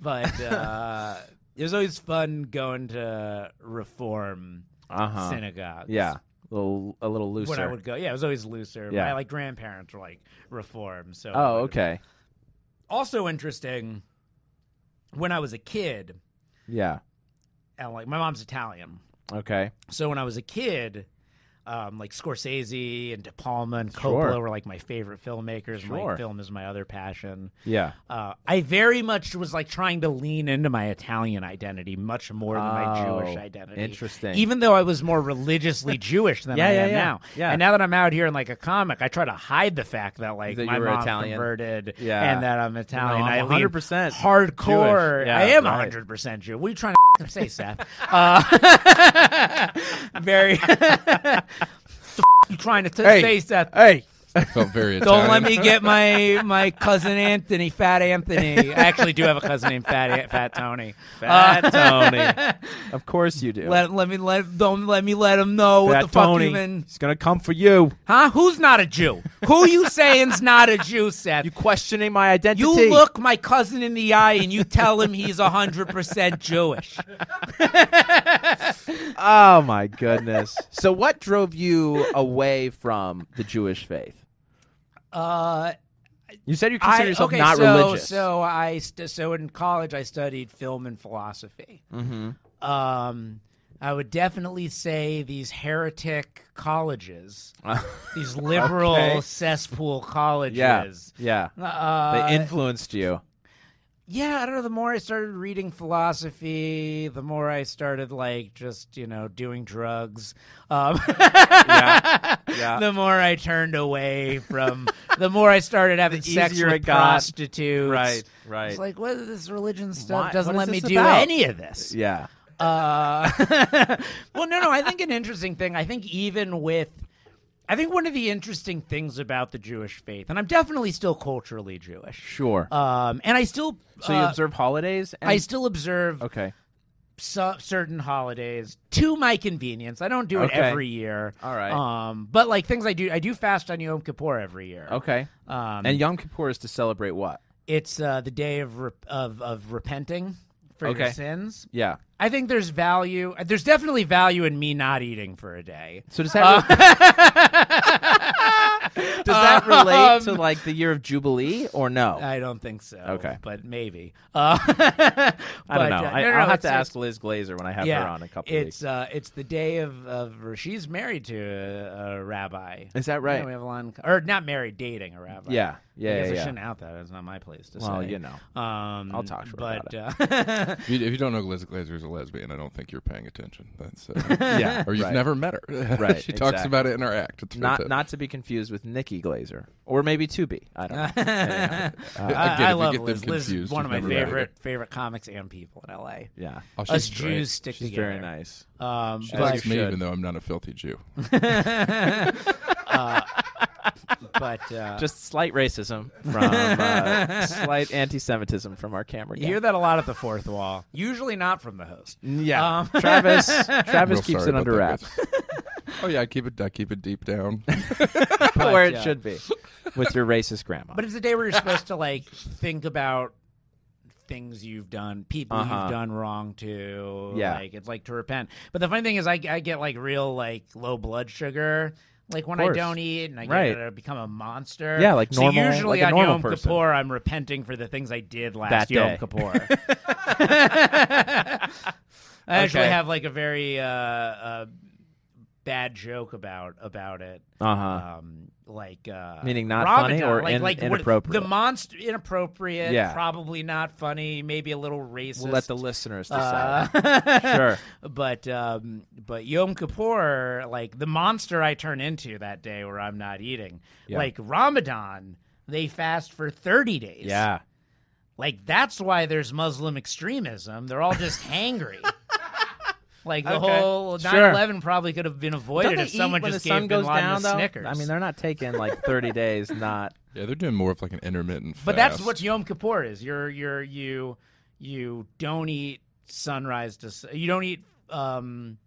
S3: but uh, it was always fun going to reform
S2: Uh huh.
S3: synagogues.
S2: Yeah, a little, a little looser.
S3: when I would go. Yeah, it was always looser.
S2: Yeah.
S3: My like grandparents were like reformed. So
S2: oh, okay.
S3: Also interesting. When I was a kid,
S2: Yeah.
S3: and like my mom's Italian,
S2: Okay.
S3: so when I was a kid, um, like Scorsese and De Palma and
S2: Sure.
S3: Coppola were like my favorite filmmakers.
S2: Sure.
S3: My film is my other passion.
S2: Yeah.
S3: Uh, I very much was like trying to lean into my Italian identity much more than my
S2: Oh,
S3: Jewish identity.
S2: interesting.
S3: Even though I was more religiously Jewish than
S2: Yeah,
S3: I
S2: yeah,
S3: am
S2: yeah.
S3: now.
S2: Yeah.
S3: And now that I'm out here in like a comic, I try to hide the fact that like
S2: That
S3: my
S2: you were
S3: mom
S2: Italian.
S3: converted
S2: Yeah.
S3: and that I'm Italian.
S2: No, I'm
S3: I lean
S2: 100%
S3: hardcore.
S2: Jewish. Yeah,
S3: I am
S2: right.
S3: 100% Jew. What are you trying to f- say, Seth? Uh, very. The f- You trying to t- say, Seth?
S2: Hey.
S4: I felt very
S3: Don't
S4: Italian.
S3: let me get my my cousin Anthony, Fat Anthony. I actually do have a cousin named Fat Fat Tony. Uh,
S2: Fat Tony. Of course you do.
S3: let, let me let don't let me let him know what
S2: Fat
S3: the fuck
S2: Tony.
S3: you been.
S2: He's gonna come for you.
S3: Huh? Who's not a Jew? Who you saying's not a Jew, Seth?
S2: You questioning my identity?
S3: You look my cousin in the eye and you tell him he's hundred percent Jewish.
S2: Oh my goodness. so what drove you away from the Jewish faith?
S3: Uh,
S2: You said you
S3: I,
S2: consider yourself
S3: okay,
S2: not
S3: so,
S2: religious.
S3: So I st- so in college I studied film and philosophy. Um, I would definitely say these heretic colleges, these liberal
S2: Okay.
S3: cesspool colleges.
S2: yeah. Yeah.
S3: Uh,
S2: They influenced you.
S3: yeah, I don't know. The more I started reading philosophy, the more I started like just you know doing drugs. Um,
S2: Yeah. Yeah.
S3: the more I turned away from, the more I started having
S2: The
S3: sex
S2: easier
S3: with
S2: it got.
S3: prostitutes.
S2: Right, right.
S3: It's like, what this religion stuff
S2: Why-
S3: doesn't let
S2: what is
S3: me
S2: this
S3: do
S2: about?
S3: any of this.
S2: Yeah.
S3: Uh, well, no, no. I think an interesting thing. I think even with, I think one of the interesting things about the Jewish faith, and I'm definitely still culturally Jewish.
S2: Sure.
S3: Um, and I still,
S2: so you
S3: uh,
S2: observe holidays and
S3: I still observe
S2: Okay.
S3: so, certain holidays to my convenience. I don't do it
S2: Okay.
S3: every year.
S2: All right.
S3: Um, but like things I do, I do fast on Yom Kippur every year.
S2: Okay.
S3: Um,
S2: and Yom Kippur is to celebrate what?
S3: it's uh, the day of rep- of of repenting for your
S2: Okay.
S3: sins.
S2: Yeah.
S3: I think there's value. There's definitely value in me not eating for a day.
S2: So does
S3: Uh,
S2: that re- does that relate
S3: Um,
S2: to like the year of Jubilee or no?
S3: I don't think so.
S2: Okay.
S3: but maybe. Uh,
S2: I don't know. I, I'll have to
S3: ask.
S2: ask Liz Glazer when I have her on in a couple
S3: it's
S2: weeks.
S3: uh, it's the day of of she's married to a, a rabbi.
S2: Is that
S3: Yeah,
S2: right?
S3: we have a line, or not married, dating a rabbi.
S2: Yeah. Yeah.
S3: I guess
S2: yeah,
S3: I
S2: yeah.
S3: shouldn't out that. It's not my place to
S2: Well,
S3: say.
S2: you know.
S3: Um,
S2: I'll talk short
S3: but,
S2: about
S3: uh,
S4: If you, if you don't know Liz Glazer is a lesbian, I don't think you're paying attention. That's uh,
S2: yeah.
S4: or you've
S2: right.
S4: never met her.
S2: Right,
S4: she talks
S2: exactly.
S4: about it in her act. It's
S2: Not
S4: fantastic.
S2: not to be confused with Nikki Glazer, or maybe to be. I don't know. Anyhow.
S4: Again,
S3: I,
S4: if you
S3: I love
S4: get them
S3: Liz. Liz is
S4: confused,
S3: one of
S4: you've
S3: my
S4: never met her.
S3: favorite favorite comics and people in L.A.
S2: yeah, Uh,
S4: Oh,
S3: Us
S4: she's great.
S3: Jews stick
S2: she's
S3: together.
S2: very nice.
S3: Um,
S4: She
S3: but
S4: likes me,
S2: should.
S4: even though I'm not a filthy Jew.
S3: but uh,
S2: Just slight racism from uh, slight anti-Semitism from our camera.
S3: you
S2: guy.
S3: hear that a lot at the fourth wall. Usually not from the host.
S2: Yeah,
S3: Um,
S2: Travis. Travis
S4: Real
S2: keeps
S4: sorry
S2: it
S4: about
S2: under
S4: that,
S2: wraps,
S4: guys. oh yeah, I keep it. I keep it deep down.
S3: But,
S2: where it
S3: uh,
S2: should be, with your racist grandma.
S3: But it's the day where you're supposed to like think about things you've done, people
S2: Uh-huh.
S3: you've done wrong to.
S2: Yeah.
S3: like it's like to repent. But the funny thing is, I, I get like real like low blood sugar. Like when I
S2: course.
S3: don't eat and I get
S2: Right.
S3: I become a monster.
S2: Yeah, like normal-
S3: So usually
S2: like a
S3: on
S2: normal
S3: Yom
S2: person.
S3: Kippur, I'm repenting for the things I did last
S2: That day.
S3: Yom Kippur. I actually
S2: Okay.
S3: have like a very uh, uh, bad joke about about it
S2: uh huh.
S3: um, like uh,
S2: Meaning not
S3: Ramadan,
S2: funny or
S3: like,
S2: in-
S3: like what-
S2: inappropriate?
S3: The monster inappropriate,
S2: Yeah.
S3: probably not funny, maybe a little racist.
S2: We'll let the listeners decide.
S3: uh,
S2: sure.
S3: But um, but Yom Kippur, like the monster I turn into that day where I'm not eating,
S2: Yeah.
S3: like Ramadan, they fast for thirty days.
S2: Yeah.
S3: like that's why there's Muslim extremism. They're all just hangry. Like the
S2: Okay.
S3: whole
S2: Sure.
S3: 9/11 probably could have been avoided
S2: Don't
S3: if someone
S2: when
S3: just
S2: the
S3: gave
S2: sun
S3: Bin
S2: goes
S3: Laden
S2: down,
S3: a
S2: though?
S3: Snickers.
S2: I mean, they're not taking like 30 days. Not
S4: yeah, they're doing more of like an intermittent.
S3: But
S4: fast.
S3: that's what Yom Kippur is. You're you're you you don't eat sunrise to s- you don't eat um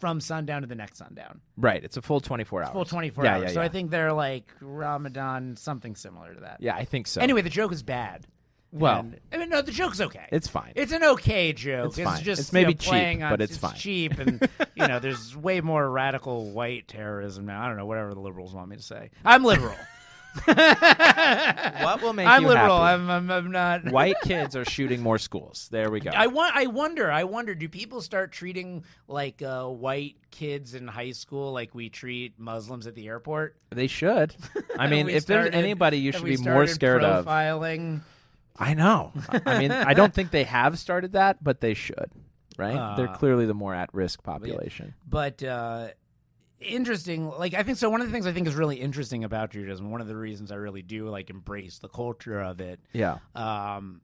S3: from sundown to the next sundown.
S2: right. It's a full 24 hours.
S3: Full 24
S2: yeah,
S3: hours.
S2: Yeah, yeah.
S3: So I think they're like Ramadan something similar to that.
S2: Yeah, I think so.
S3: Anyway, the joke is bad.
S2: Well-
S3: And- I mean no, the joke's okay.
S2: it's fine.
S3: it's an okay joke.
S2: It's fine.
S3: just
S2: It's maybe
S3: you know,
S2: cheap,
S3: playing on,
S2: but it's fine.
S3: cheap, and you know, there's way more radical white terrorism now. I don't know whatever the liberals want me to say. I'm liberal.
S2: what will make
S3: I'm
S2: you
S3: liberal.
S2: happy?
S3: I'm, I'm I'm not
S2: White kids are shooting more schools. There we go.
S3: I want. I wonder. I wonder. Do people start treating like uh, white kids in high school like we treat Muslims at the airport?
S2: they should. I mean,
S3: We
S2: if there's
S3: started-
S2: anybody you
S3: and
S2: should
S3: we
S2: be more
S3: started
S2: scared of,
S3: profiling.
S2: I know. I mean, I don't think they have started that, but they should. Right? They're
S3: Uh,
S2: clearly the more at-risk population.
S3: But uh, interesting. Like I think so. One of the things I think is really interesting about Judaism. One of the reasons I really do like embrace the culture of it.
S2: Yeah.
S3: Um,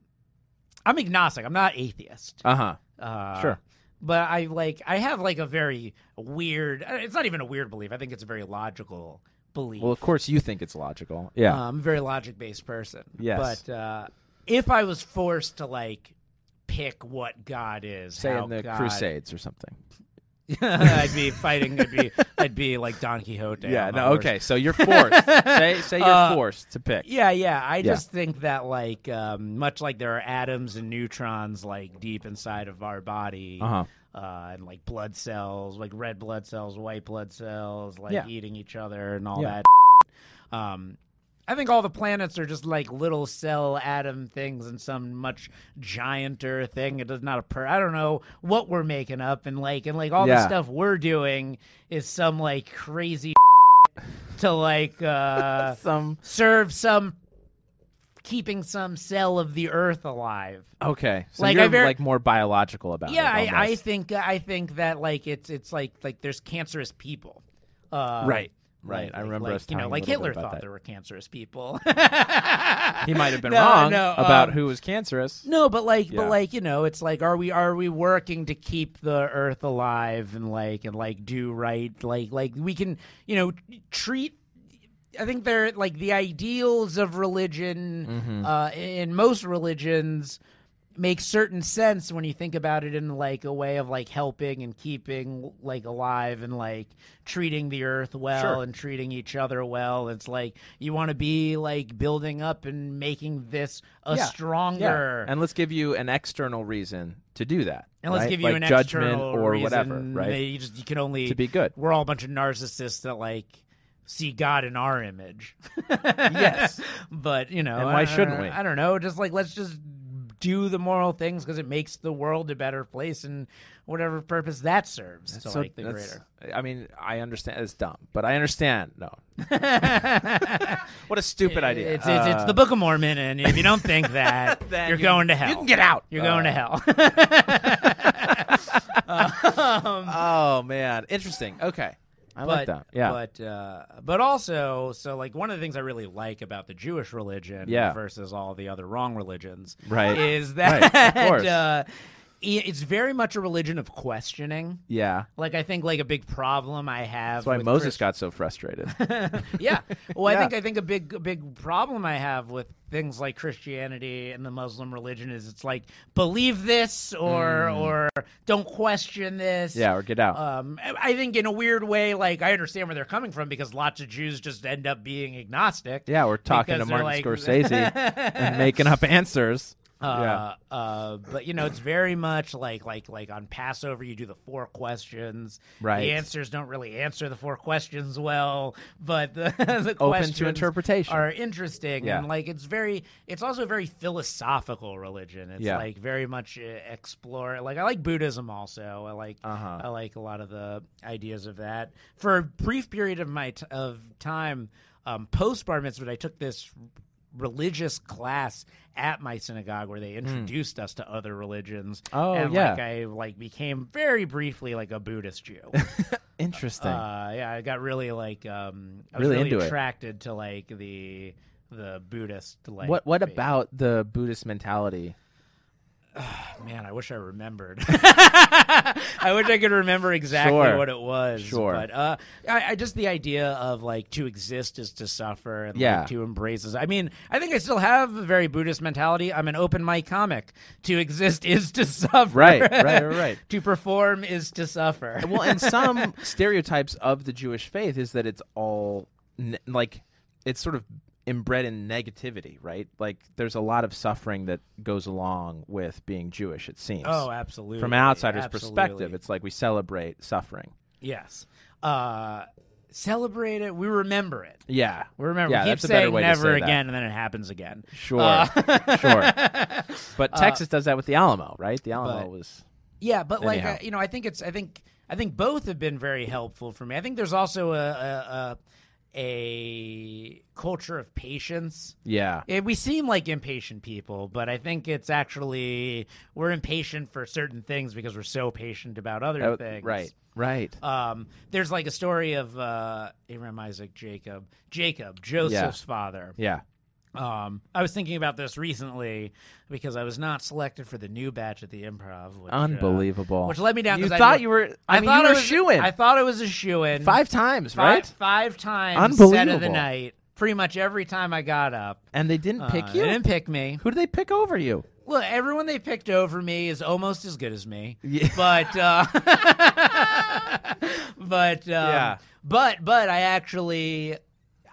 S3: I'm agnostic. I'm not atheist.
S2: Uh huh.
S3: Uh,
S2: Sure.
S3: But I like I have like a very weird. uh, It's not even a weird belief. I think it's a very logical belief.
S2: Well, of course you think it's logical. Yeah.
S3: I'm a Um, very logic based person.
S2: Yes.
S3: But uh, if I was forced to like pick what God is,
S2: Say
S3: how
S2: in the
S3: oh, God-
S2: Crusades or something.
S3: I'd be fighting. I'd be I'd be like Don Quixote.
S2: Yeah.
S3: on
S2: No.
S3: my horse.
S2: Okay. So you're forced. say say you're
S3: Uh,
S2: forced to pick.
S3: Yeah, yeah. I
S2: Yeah.
S3: just think that, like, um, much like there are atoms and neutrons, like deep inside of our body,
S2: Uh-huh.
S3: uh, and like blood cells, like red blood cells, white blood cells, like
S2: Yeah.
S3: eating each other and all
S2: Yeah.
S3: that. Um, I think all the planets are just like little cell atom things and some much gianter thing. It does not appear. I don't know what we're making up and like and like all
S2: Yeah.
S3: the stuff we're doing is some like crazy to like uh
S2: Some.
S3: serve some keeping some cell of the earth alive.
S2: Okay. So
S3: Like, I
S2: you're
S3: very-
S2: like more biological about
S3: yeah,
S2: it.
S3: I, I
S2: almost.
S3: think I think that like it's it's like like there's cancerous people. Uh,
S2: Right. Right.
S3: like-
S2: I remember
S3: like,
S2: us
S3: you know,
S2: talking a
S3: like
S2: little bit
S3: Hitler
S2: about
S3: thought
S2: that.
S3: there were cancerous people.
S2: he might have been
S3: No,
S2: wrong
S3: no,
S2: about
S3: um,
S2: who was cancerous.
S3: No, but like,
S2: Yeah.
S3: but like, you know, it's like, are we are we working to keep the Earth alive and like and like do right? Like, like we can, you know, treat. I think they're
S2: Mm-hmm.
S3: like the ideals of religion uh, in most religions makes certain sense when you think about it in like a way of like helping and keeping like alive and like treating the earth well
S2: Sure.
S3: and treating each other well. It's like you want to be like building up and making this a
S2: Yeah.
S3: stronger
S2: And let's give you an external reason to do that.
S3: And let's
S2: right?
S3: give you an
S2: Like judgment
S3: external
S2: or
S3: reason
S2: whatever, right?
S3: that You just you can only
S2: To be good.
S3: We're all a bunch of narcissists that like see God in our image.
S2: Yes.
S3: but you know,
S2: And
S3: I
S2: why
S3: don't
S2: shouldn't
S3: know.
S2: we?
S3: I don't know. Just like let's just do the moral things because it makes the world a better place and whatever purpose that serves to
S2: So
S3: like the
S2: that's-
S3: greater.
S2: I mean, I understand it's dumb, but I understand. No, what a stupid idea!
S3: It's, it's, it's
S2: Uh,
S3: the Book of Mormon, and if you don't think that,
S2: Then
S3: you're
S2: you-
S3: going to hell.
S2: you can get out.
S3: You're
S2: Uh,
S3: going to hell.
S2: Oh man, interesting. Okay, I like that. Yeah,
S3: But uh, but also, so like one of the things I really like about the Jewish religion
S2: Yeah.
S3: versus all the other wrong religions
S2: Right.
S3: is
S2: Right,
S3: that
S2: of course.
S3: uh, i- it's very much a religion of questioning.
S2: yeah,
S3: Like I think like a big problem I have.
S2: that's why
S3: with
S2: Moses
S3: Christ-
S2: got so frustrated.
S3: yeah. Well, I
S2: Yeah.
S3: think I think a big a big problem I have with things like Christianity and the Muslim religion is it's like believe this or or don't question this.
S2: Mm. yeah, or get out.
S3: Um, I- I think in a weird way, like I understand where they're coming from because lots of Jews just end up being agnostic.
S2: yeah, we're talking to
S3: because they're
S2: Martin
S3: like-
S2: Scorsese and making up answers.
S3: Uh, uh, but you know, it's very much like like like on Passover, you do the four questions.
S2: Right.
S3: The answers don't really answer the four questions well, but the, the
S2: to
S3: questions
S2: interpretation.
S3: are interesting
S2: Yeah.
S3: and like it's very it's also a very philosophical religion. It's
S2: Yeah.
S3: like very much uh, explore. Like I like Buddhism also. I like
S2: Uh-huh.
S3: I like a lot of the ideas of that. For a brief period of my t- of time, um, post bar mitzvah, I took this religious class at my synagogue where they introduced us to other religions.
S2: Hmm. Oh,
S3: and
S2: yeah.
S3: like I like became very briefly like a Buddhist Jew.
S2: Interesting.
S3: uh, yeah, I got really like um, I was
S2: Really
S3: really,
S2: into it.
S3: attracted to like the the Buddhist like
S2: what what
S3: faith.
S2: about the Buddhist mentality?
S3: Man, I wish I remembered. I wish I could remember exactly
S2: Sure.
S3: what it was.
S2: Sure.
S3: but uh, I, I just the idea of like to exist is to suffer, and
S2: Yeah.
S3: like, to embrace is. I mean, I think I still have a very Buddhist mentality. I'm an open mic comic. To exist is to suffer.
S2: Right, right, right, right.
S3: to perform is to suffer.
S2: well, and some stereotypes of the Jewish faith is that it's all ne- like it's sort of inbred in negativity, right? Like there's a lot of suffering that goes along with being Jewish. It seems.
S3: Oh, absolutely.
S2: From an outsider's perspective,
S3: Absolutely.
S2: it's like we celebrate suffering.
S3: yes. Uh, celebrate it. We remember it.
S2: Yeah,
S3: We remember.
S2: Yeah,
S3: we keep
S2: that's a better
S3: saying
S2: way to
S3: never
S2: say that.
S3: again, Uh, and then it happens again.
S2: Sure, sure. But Texas does that with the Alamo, right? The Alamo
S3: Uh, but-
S2: was
S3: Yeah, but like
S2: Anyhow.
S3: uh, you know, I think it's I think I think both have been very helpful for me. I think there's also a a, a, a culture of patience.
S2: yeah,
S3: Eh, we seem like impatient people, but I think it's actually we're impatient for certain things because we're so patient about other
S2: That-
S3: things.
S2: Oh, right, right.
S3: Um, there's like a story of uh, Abraham, Isaac, Jacob, Jacob, Joseph's father.
S2: yeah,
S3: Um, I was thinking about this recently because I was not selected for the new batch at the Improv. Which, uh,
S2: unbelievable.
S3: which let me down
S2: You
S3: 'cause I
S2: thought
S3: knew-
S2: you were. I, mean,
S3: thought
S2: you
S3: it
S2: were
S3: was-
S2: shooing
S3: I thought it was a shoe in
S2: five times, right?
S3: Five times set of the
S2: Unbelievable.
S3: night. Pretty much every time I got up.
S2: And they didn't
S3: Uh,
S2: pick
S3: They
S2: you.
S3: didn't pick me.
S2: Who do they pick over you?
S3: Well, everyone they picked over me is almost as good as me.
S2: Yeah.
S3: But uh, but um,
S2: Yeah.
S3: but but I actually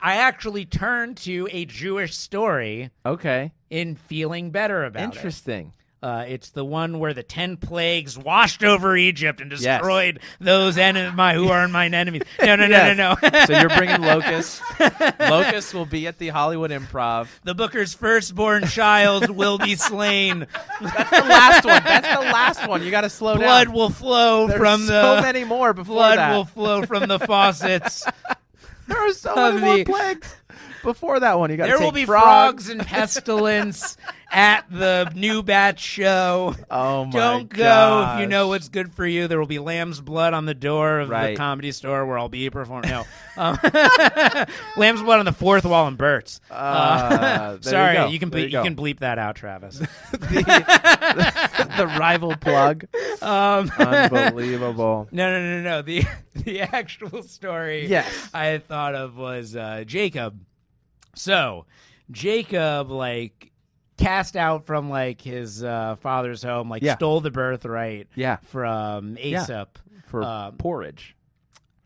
S3: I actually turned to a Jewish story
S2: Okay.
S3: in feeling better about it.
S2: Interesting.
S3: Uh, it's the one where the ten plagues washed over Egypt and
S2: Yes.
S3: destroyed those en- my who are mine enemies. No, no, no, no, no.
S2: so you're bringing Locust. Locust will be at the Hollywood Improv.
S3: the Booker's firstborn child will be slain.
S2: The last one. That's the last one. You got to slow
S3: Blood
S2: down.
S3: will flow
S2: There's
S3: from
S2: so
S3: the
S2: many more before
S3: blood
S2: that.
S3: will flow from the faucets.
S2: there are so many
S3: of
S2: more
S3: the-
S2: plagues before that one. You got
S3: there
S2: take
S3: will be
S2: frogs.
S3: frogs and pestilence at the new batch show.
S2: Oh my!
S3: Don't go if you know
S2: gosh.
S3: what's good for you. There will be lamb's blood on the door of
S2: Right.
S3: the comedy store where I'll be performing. No, um, lamb's blood on the fourth wall in Burt's. Uh,
S2: Uh, there
S3: sorry,
S2: you, go.
S3: can
S2: There
S3: bleep, you,
S2: go.
S3: can bleep that out, Travis.
S2: the rival plug.
S3: Um,
S2: Unbelievable.
S3: no, no, no, no. The the actual story.
S2: Yes.
S3: I had thought of was uh, Jacob. So Jacob like cast out from like his uh, father's home, like
S2: Yeah.
S3: stole the birthright
S2: Yeah.
S3: from Aesop.
S2: for
S3: Um,
S2: porridge.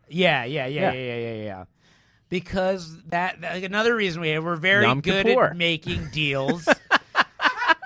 S3: Yeah, yeah, yeah,
S2: Yeah.
S3: yeah, yeah, yeah, yeah. Because that, that- another reason we we're very
S2: Yom
S3: good
S2: Kippur.
S3: at making deals.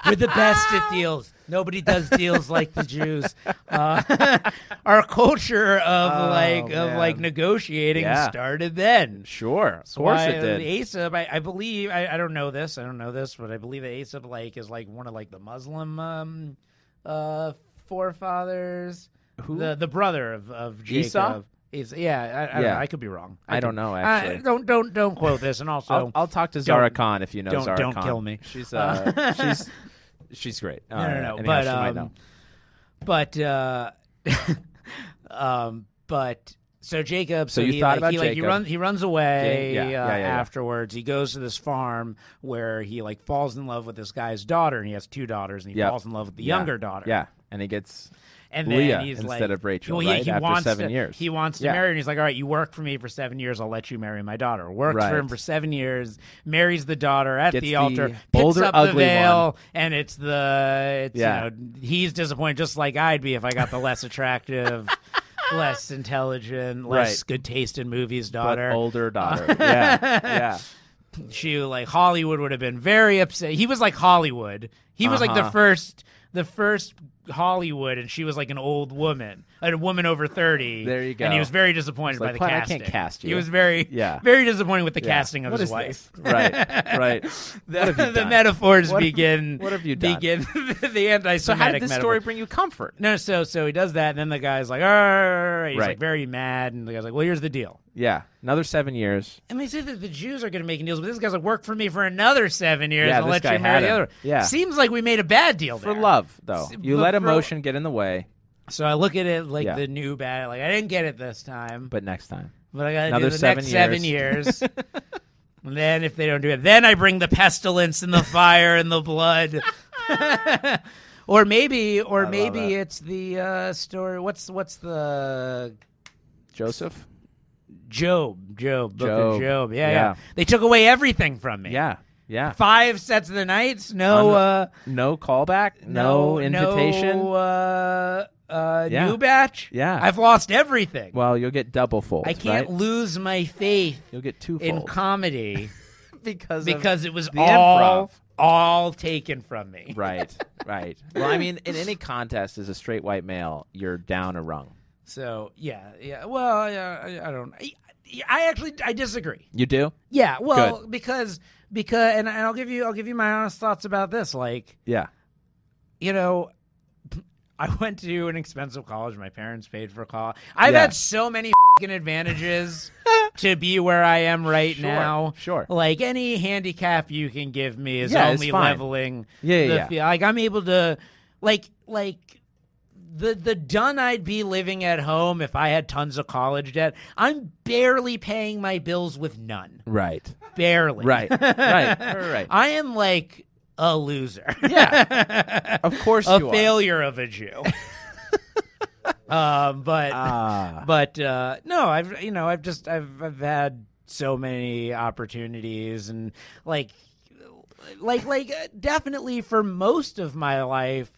S3: we're the best at deals. Nobody does deals like the Jews. Uh, our culture of
S2: Oh,
S3: like of like
S2: man.
S3: negotiating
S2: Yeah.
S3: started then.
S2: Sure, of
S3: So
S2: course
S3: why-
S2: it did.
S3: Aesop, I, I believe I, I don't know this. I don't know this, but I believe that Aesop like is like one of like the Muslim um, uh, forefathers.
S2: Who?
S3: the the brother of of Jacob?
S2: Esau?
S3: Is yeah, I, I, Don't
S2: Yeah.
S3: know. I could be wrong.
S2: I don't know,
S3: I-
S2: actually.
S3: don't don't don't quote this. And also,
S2: I'll, I'll talk to Zara
S3: don't-
S2: Khan if you know
S3: don't-
S2: Zara
S3: don't
S2: Khan.
S3: kill me.
S2: She's
S3: Uh,
S2: uh, she's she's great. Uh,
S3: no, no, no.
S2: anyhow,
S3: But
S2: she might
S3: um,
S2: know.
S3: but uh, um, but so Jacob.
S2: So
S3: So,
S2: you
S3: he,
S2: thought
S3: like,
S2: about
S3: he, like, he
S2: Jacob.
S3: runs. He runs away
S2: Yeah, yeah,
S3: uh,
S2: yeah, yeah.
S3: afterwards. He goes to this farm where he like falls in love with this guy's daughter, and he has two daughters, and he
S2: Yep.
S3: falls in love with the
S2: Yeah,
S3: younger daughter.
S2: Yeah, and he gets
S3: and then
S2: Leah
S3: he's
S2: instead
S3: like,
S2: of Rachel,
S3: well, he,
S2: right?
S3: he
S2: After
S3: wants
S2: seven
S3: to,
S2: years.
S3: He wants to
S2: Yeah.
S3: marry her, and he's like, all right, you work for me for seven years. I'll let you marry my daughter. Works
S2: Right.
S3: for him for seven years, marries the daughter at
S2: Gets
S3: the altar,
S2: the
S3: picks
S2: older,
S3: up the
S2: ugly
S3: veil, and it's the it's,
S2: Yeah.
S3: you know he's disappointed, just like I'd be if I got the less attractive, less intelligent, less
S2: Right.
S3: good taste in movies
S2: but
S3: daughter.
S2: older daughter. yeah, yeah.
S3: She like Hollywood would have been very upset. He was like Hollywood. He was like the
S2: Uh-huh.
S3: first the first Hollywood and she was like an old woman, a woman over 30.
S2: There you
S3: And he
S2: go.
S3: was very disappointed
S2: like,
S3: by the
S2: "Platt, I
S3: casting.
S2: can't cast
S3: He
S2: you."
S3: was very
S2: Yeah.
S3: very disappointed with the
S2: Yeah.
S3: casting of
S2: What
S3: his
S2: is
S3: wife.
S2: this? Right, right. What have you
S3: the
S2: done?
S3: metaphors
S2: What-
S3: begin
S2: what have you done?
S3: begin the anti-Semitic
S2: So how did this
S3: metaphor.
S2: story bring you comfort?
S3: No, so so he does that and then the guy's like, "All right." He's like
S2: Right.
S3: very mad and the guy's like, "Well, here's the deal."
S2: Yeah, another seven years.
S3: And they say that the Jews are going to make deals, but this guy's like, work for me for another seven years
S2: Yeah,
S3: and
S2: this
S3: let
S2: guy
S3: you marry
S2: had
S3: the
S2: him.
S3: other.
S2: Yeah.
S3: Seems like we made a bad deal
S2: For
S3: there.
S2: love, though,
S3: S-
S2: you
S3: but
S2: let
S3: for-
S2: emotion get in the way,
S3: So I look at it like
S2: Yeah.
S3: the new bad. Like, I didn't get it this time, but,
S2: but next time.
S3: I got to do
S2: another
S3: the next seven
S2: seven
S3: years. and then if they don't do it, then I bring the pestilence and the fire and the blood. or maybe, or
S2: love
S3: maybe
S2: that.
S3: it's the uh, story. What's what's the
S2: Joseph?
S3: Job? Job. Book of
S2: Job.
S3: Job. Yeah, yeah.
S2: Yeah.
S3: They took away everything from me.
S2: Yeah, yeah.
S3: Five sets of the nights. No.
S2: Un-
S3: uh,
S2: No callback, no, invitation.
S3: no, uh, uh,
S2: Yeah.
S3: new batch.
S2: Yeah.
S3: I've lost everything.
S2: Well, you'll get double fold.
S3: I can't
S2: Right?
S3: lose my faith
S2: You'll get two
S3: in comedy
S2: because of-
S3: because it was
S2: the
S3: all
S2: improv.
S3: all taken from me.
S2: right, right. Well, I mean, in any contest as a straight white male, you're down a rung.
S3: So yeah, yeah. Well, yeah, I, I don't. I, I actually I disagree.
S2: You do?
S3: Yeah. Well, because because and, and I'll give you I'll give you my honest thoughts about this. Like
S2: Yeah.
S3: you know, I went to an expensive college. My parents paid for college. I've
S2: Yeah.
S3: had so many fing advantages to be where I am right
S2: Sure,
S3: now.
S2: sure.
S3: Like any handicap you can give me is
S2: Yeah, it's
S3: only
S2: fine.
S3: leveling.
S2: Yeah, yeah,
S3: the
S2: yeah.
S3: fe- Like I'm able to, like, like. The, the done I'd be living at home if I had tons of college debt. I'm barely paying my bills with none.
S2: Right.
S3: Barely.
S2: Right. right. Right.
S3: I am like a loser.
S2: yeah. Of course
S3: a
S2: you are.
S3: failure of a Jew. um, but
S2: Ah.
S3: but uh, no, I've you know I've just I've I've had so many opportunities and like like like uh, definitely for most of my life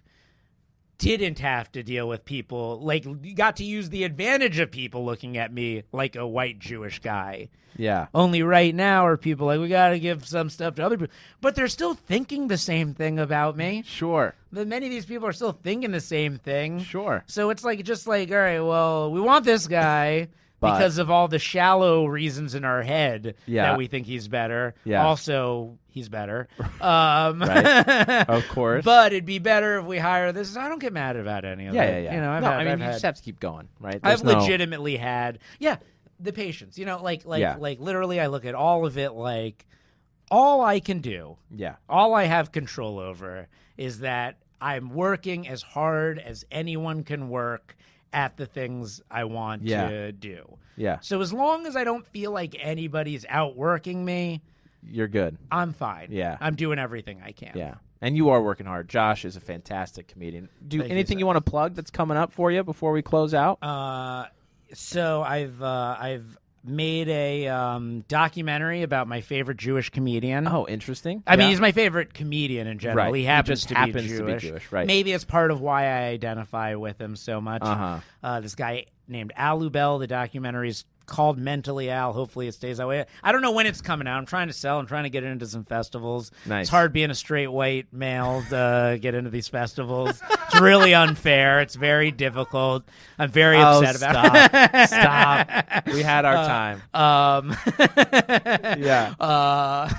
S3: didn't have to deal with people like got to use the advantage of people looking at me like a white Jewish guy.
S2: yeah.
S3: Only right now are people like we got to give some stuff to other people, but they're still thinking the same thing about me
S2: Sure.
S3: but many of these people are still thinking the same thing.
S2: Sure.
S3: So it's like just like, all right, well, we want this guy
S2: But-
S3: because of all the shallow reasons in our head
S2: Yeah.
S3: that we think he's better.
S2: Yeah.
S3: Also, he's better. Um,
S2: Right. Of course.
S3: but it'd be better if we hire this. I don't get mad about any of
S2: yeah,
S3: it.
S2: yeah, yeah.
S3: You know, I've
S2: no,
S3: had,
S2: I mean,
S3: have
S2: you
S3: had,
S2: just have to keep going, right?
S3: I've
S2: There's no-
S3: legitimately had yeah the patience. You know, like like
S2: Yeah.
S3: like literally, I look at all of it like all I can do
S2: Yeah.
S3: all I have control over is that I'm working as hard as anyone can work at the things I want
S2: Yeah.
S3: to do.
S2: Yeah.
S3: So as long as I don't feel like anybody's outworking me,
S2: You're good.
S3: I'm fine.
S2: Yeah.
S3: I'm doing everything I can.
S2: Yeah. And you are working hard. Josh is a fantastic comedian. Do
S3: Thank you,
S2: anything
S3: sir. Um,
S2: you, want to plug that's coming up for you before we close out?
S3: Uh, so I've uh, I've made a um, documentary about my favorite Jewish comedian.
S2: Oh, interesting.
S3: I mean,
S2: Yeah.
S3: he's my favorite comedian in general.
S2: Right.
S3: He
S2: He
S3: happens,
S2: just
S3: to, be
S2: happens to be
S3: Jewish.
S2: Jewish, right.
S3: Maybe it's part of why I identify with him so much.
S2: Uh-huh.
S3: Uh, this guy named Al Lubell. The documentary is called Mentally Al. Hopefully, it stays that way. I don't know when it's coming out. I'm trying to sell. I'm trying to get into some festivals.
S2: Nice.
S3: It's hard being a straight white male to uh, get into these festivals. it's really unfair. It's very difficult. I'm very upset about it.
S2: Oh, stop. stop. We had
S3: Uh,
S2: our time.
S3: Um,
S2: Yeah.
S3: uh,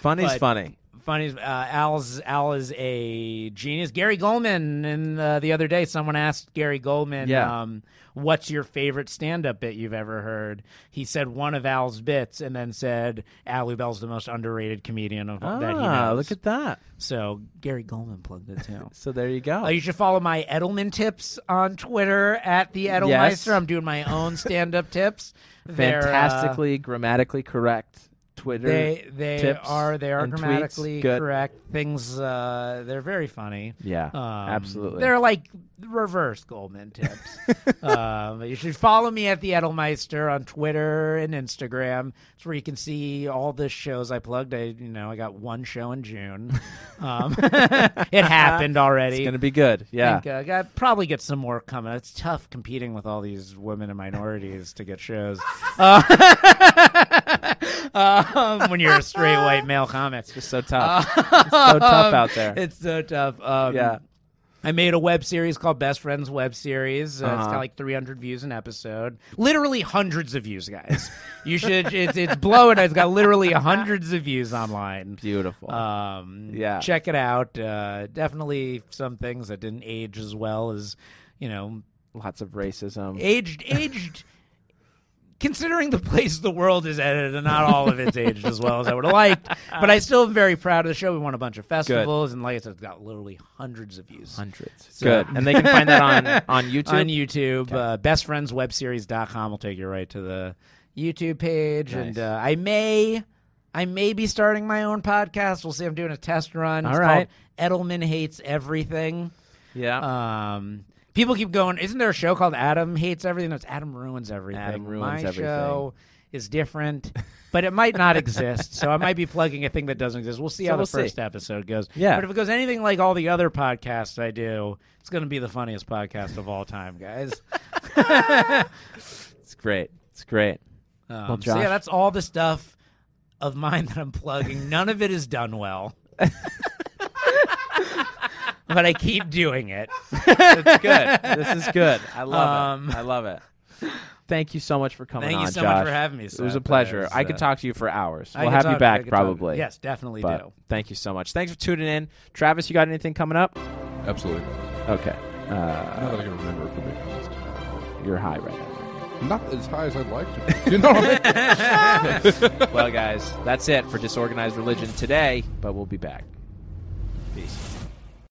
S2: Funny's
S3: but-
S2: funny.
S3: funny, uh, Al's Al is a genius. Gary Goldman, and uh, the other day, someone asked Gary Goldman,
S2: Yeah.
S3: um, "What's your favorite stand-up bit you've ever heard?" He said one of Al's bits, and then said, "Al Bell's the most underrated comedian of that he
S2: Ah,
S3: knows."
S2: look at that.
S3: so Gary Goldman plugged it too.
S2: So there you go.
S3: Uh, you should follow my Edelman tips on Twitter at the Edelmeister. I'm doing my own stand-up tips. They're, uh,
S2: Fantastically grammatically correct Twitter.
S3: they they
S2: tips
S3: are they are
S2: and tweets.
S3: grammatically
S2: Good.
S3: correct things uh they're very funny
S2: Yeah,
S3: Um,
S2: absolutely.
S3: they're like reverse goldman tips um but you should follow me at the edelmeister on twitter and instagram it's where you can see all the shows i plugged i you know i got one show in june um it happened already
S2: it's gonna be good. Yeah.
S3: think, uh, got probably get some more coming. It's tough competing with all these women and minorities to get shows Uh, um, when you're a straight white male comic.
S2: It's so tough. it's so tough out there.
S3: Uh, It's so tough. Um,
S2: yeah.
S3: I made a web series called Best Friends Web Series. Uh, It's
S2: Uh-huh.
S3: got like 300 views an episode. Literally hundreds of views, guys. you should. It's it's blowing. It's got literally hundreds of views online.
S2: Beautiful.
S3: Um,
S2: Yeah.
S3: check it out. Uh, definitely some things that didn't age as well as, you know,
S2: Lots of racism.
S3: aged aged. Considering the place the world is at, and not all of it's aged as well as I would have liked, but I still am very proud of the show. We won a bunch of festivals, and like I said, it's got literally hundreds of views
S2: Hundreds.
S3: So-
S2: Good. And they can find that on on YouTube.
S3: uh, on YouTube. Uh, bestfriendswebseries.com will take you right to the YouTube page, and
S2: Nice.
S3: uh, I may, I may be starting my own podcast. We'll see. I'm doing a test run. It's
S2: All right.
S3: called Edelman hates everything.
S2: yeah.
S3: Um, people keep going. Isn't there a show called Adam hates everything? No, it's Adam ruins everything.
S2: Adam Ruins
S3: my
S2: Everything.
S3: show is different. But it might not exist, so I might be plugging a thing that doesn't exist. We'll see
S2: So
S3: how
S2: we'll
S3: the
S2: see.
S3: first episode goes.
S2: Yeah.
S3: But if it goes anything like all the other podcasts I do, it's going to be the funniest podcast of all time, guys.
S2: it's great. It's great.
S3: Um,
S2: Well,
S3: so yeah,
S2: Josh-
S3: that's all the stuff of mine that I'm plugging. None of it is done well, but I keep doing it.
S2: It's good. this is good. I love
S3: Um,
S2: it. I love it. Thank you so much for coming
S3: Thank
S2: on,
S3: you so
S2: Josh.
S3: much for having me.
S2: It was a
S3: Seth.
S2: pleasure.
S3: That was,
S2: I could
S3: uh,
S2: talk to you for hours.
S3: I
S2: We'll
S3: could
S2: have you
S3: talk- I
S2: back
S3: could talk to you.
S2: probably.
S3: Yes, definitely
S2: But
S3: do.
S2: thank you so much. Thanks for tuning in. Travis, you got anything coming up?
S4: Absolutely.
S2: Okay. Uh,
S4: Not that I can remember, if I'm being honest.
S2: you're high right now.
S4: Not as high as I'd like to. be. You know what I mean?
S2: well, guys, that's it for Disorganized Religion today, but we'll be back. Peace.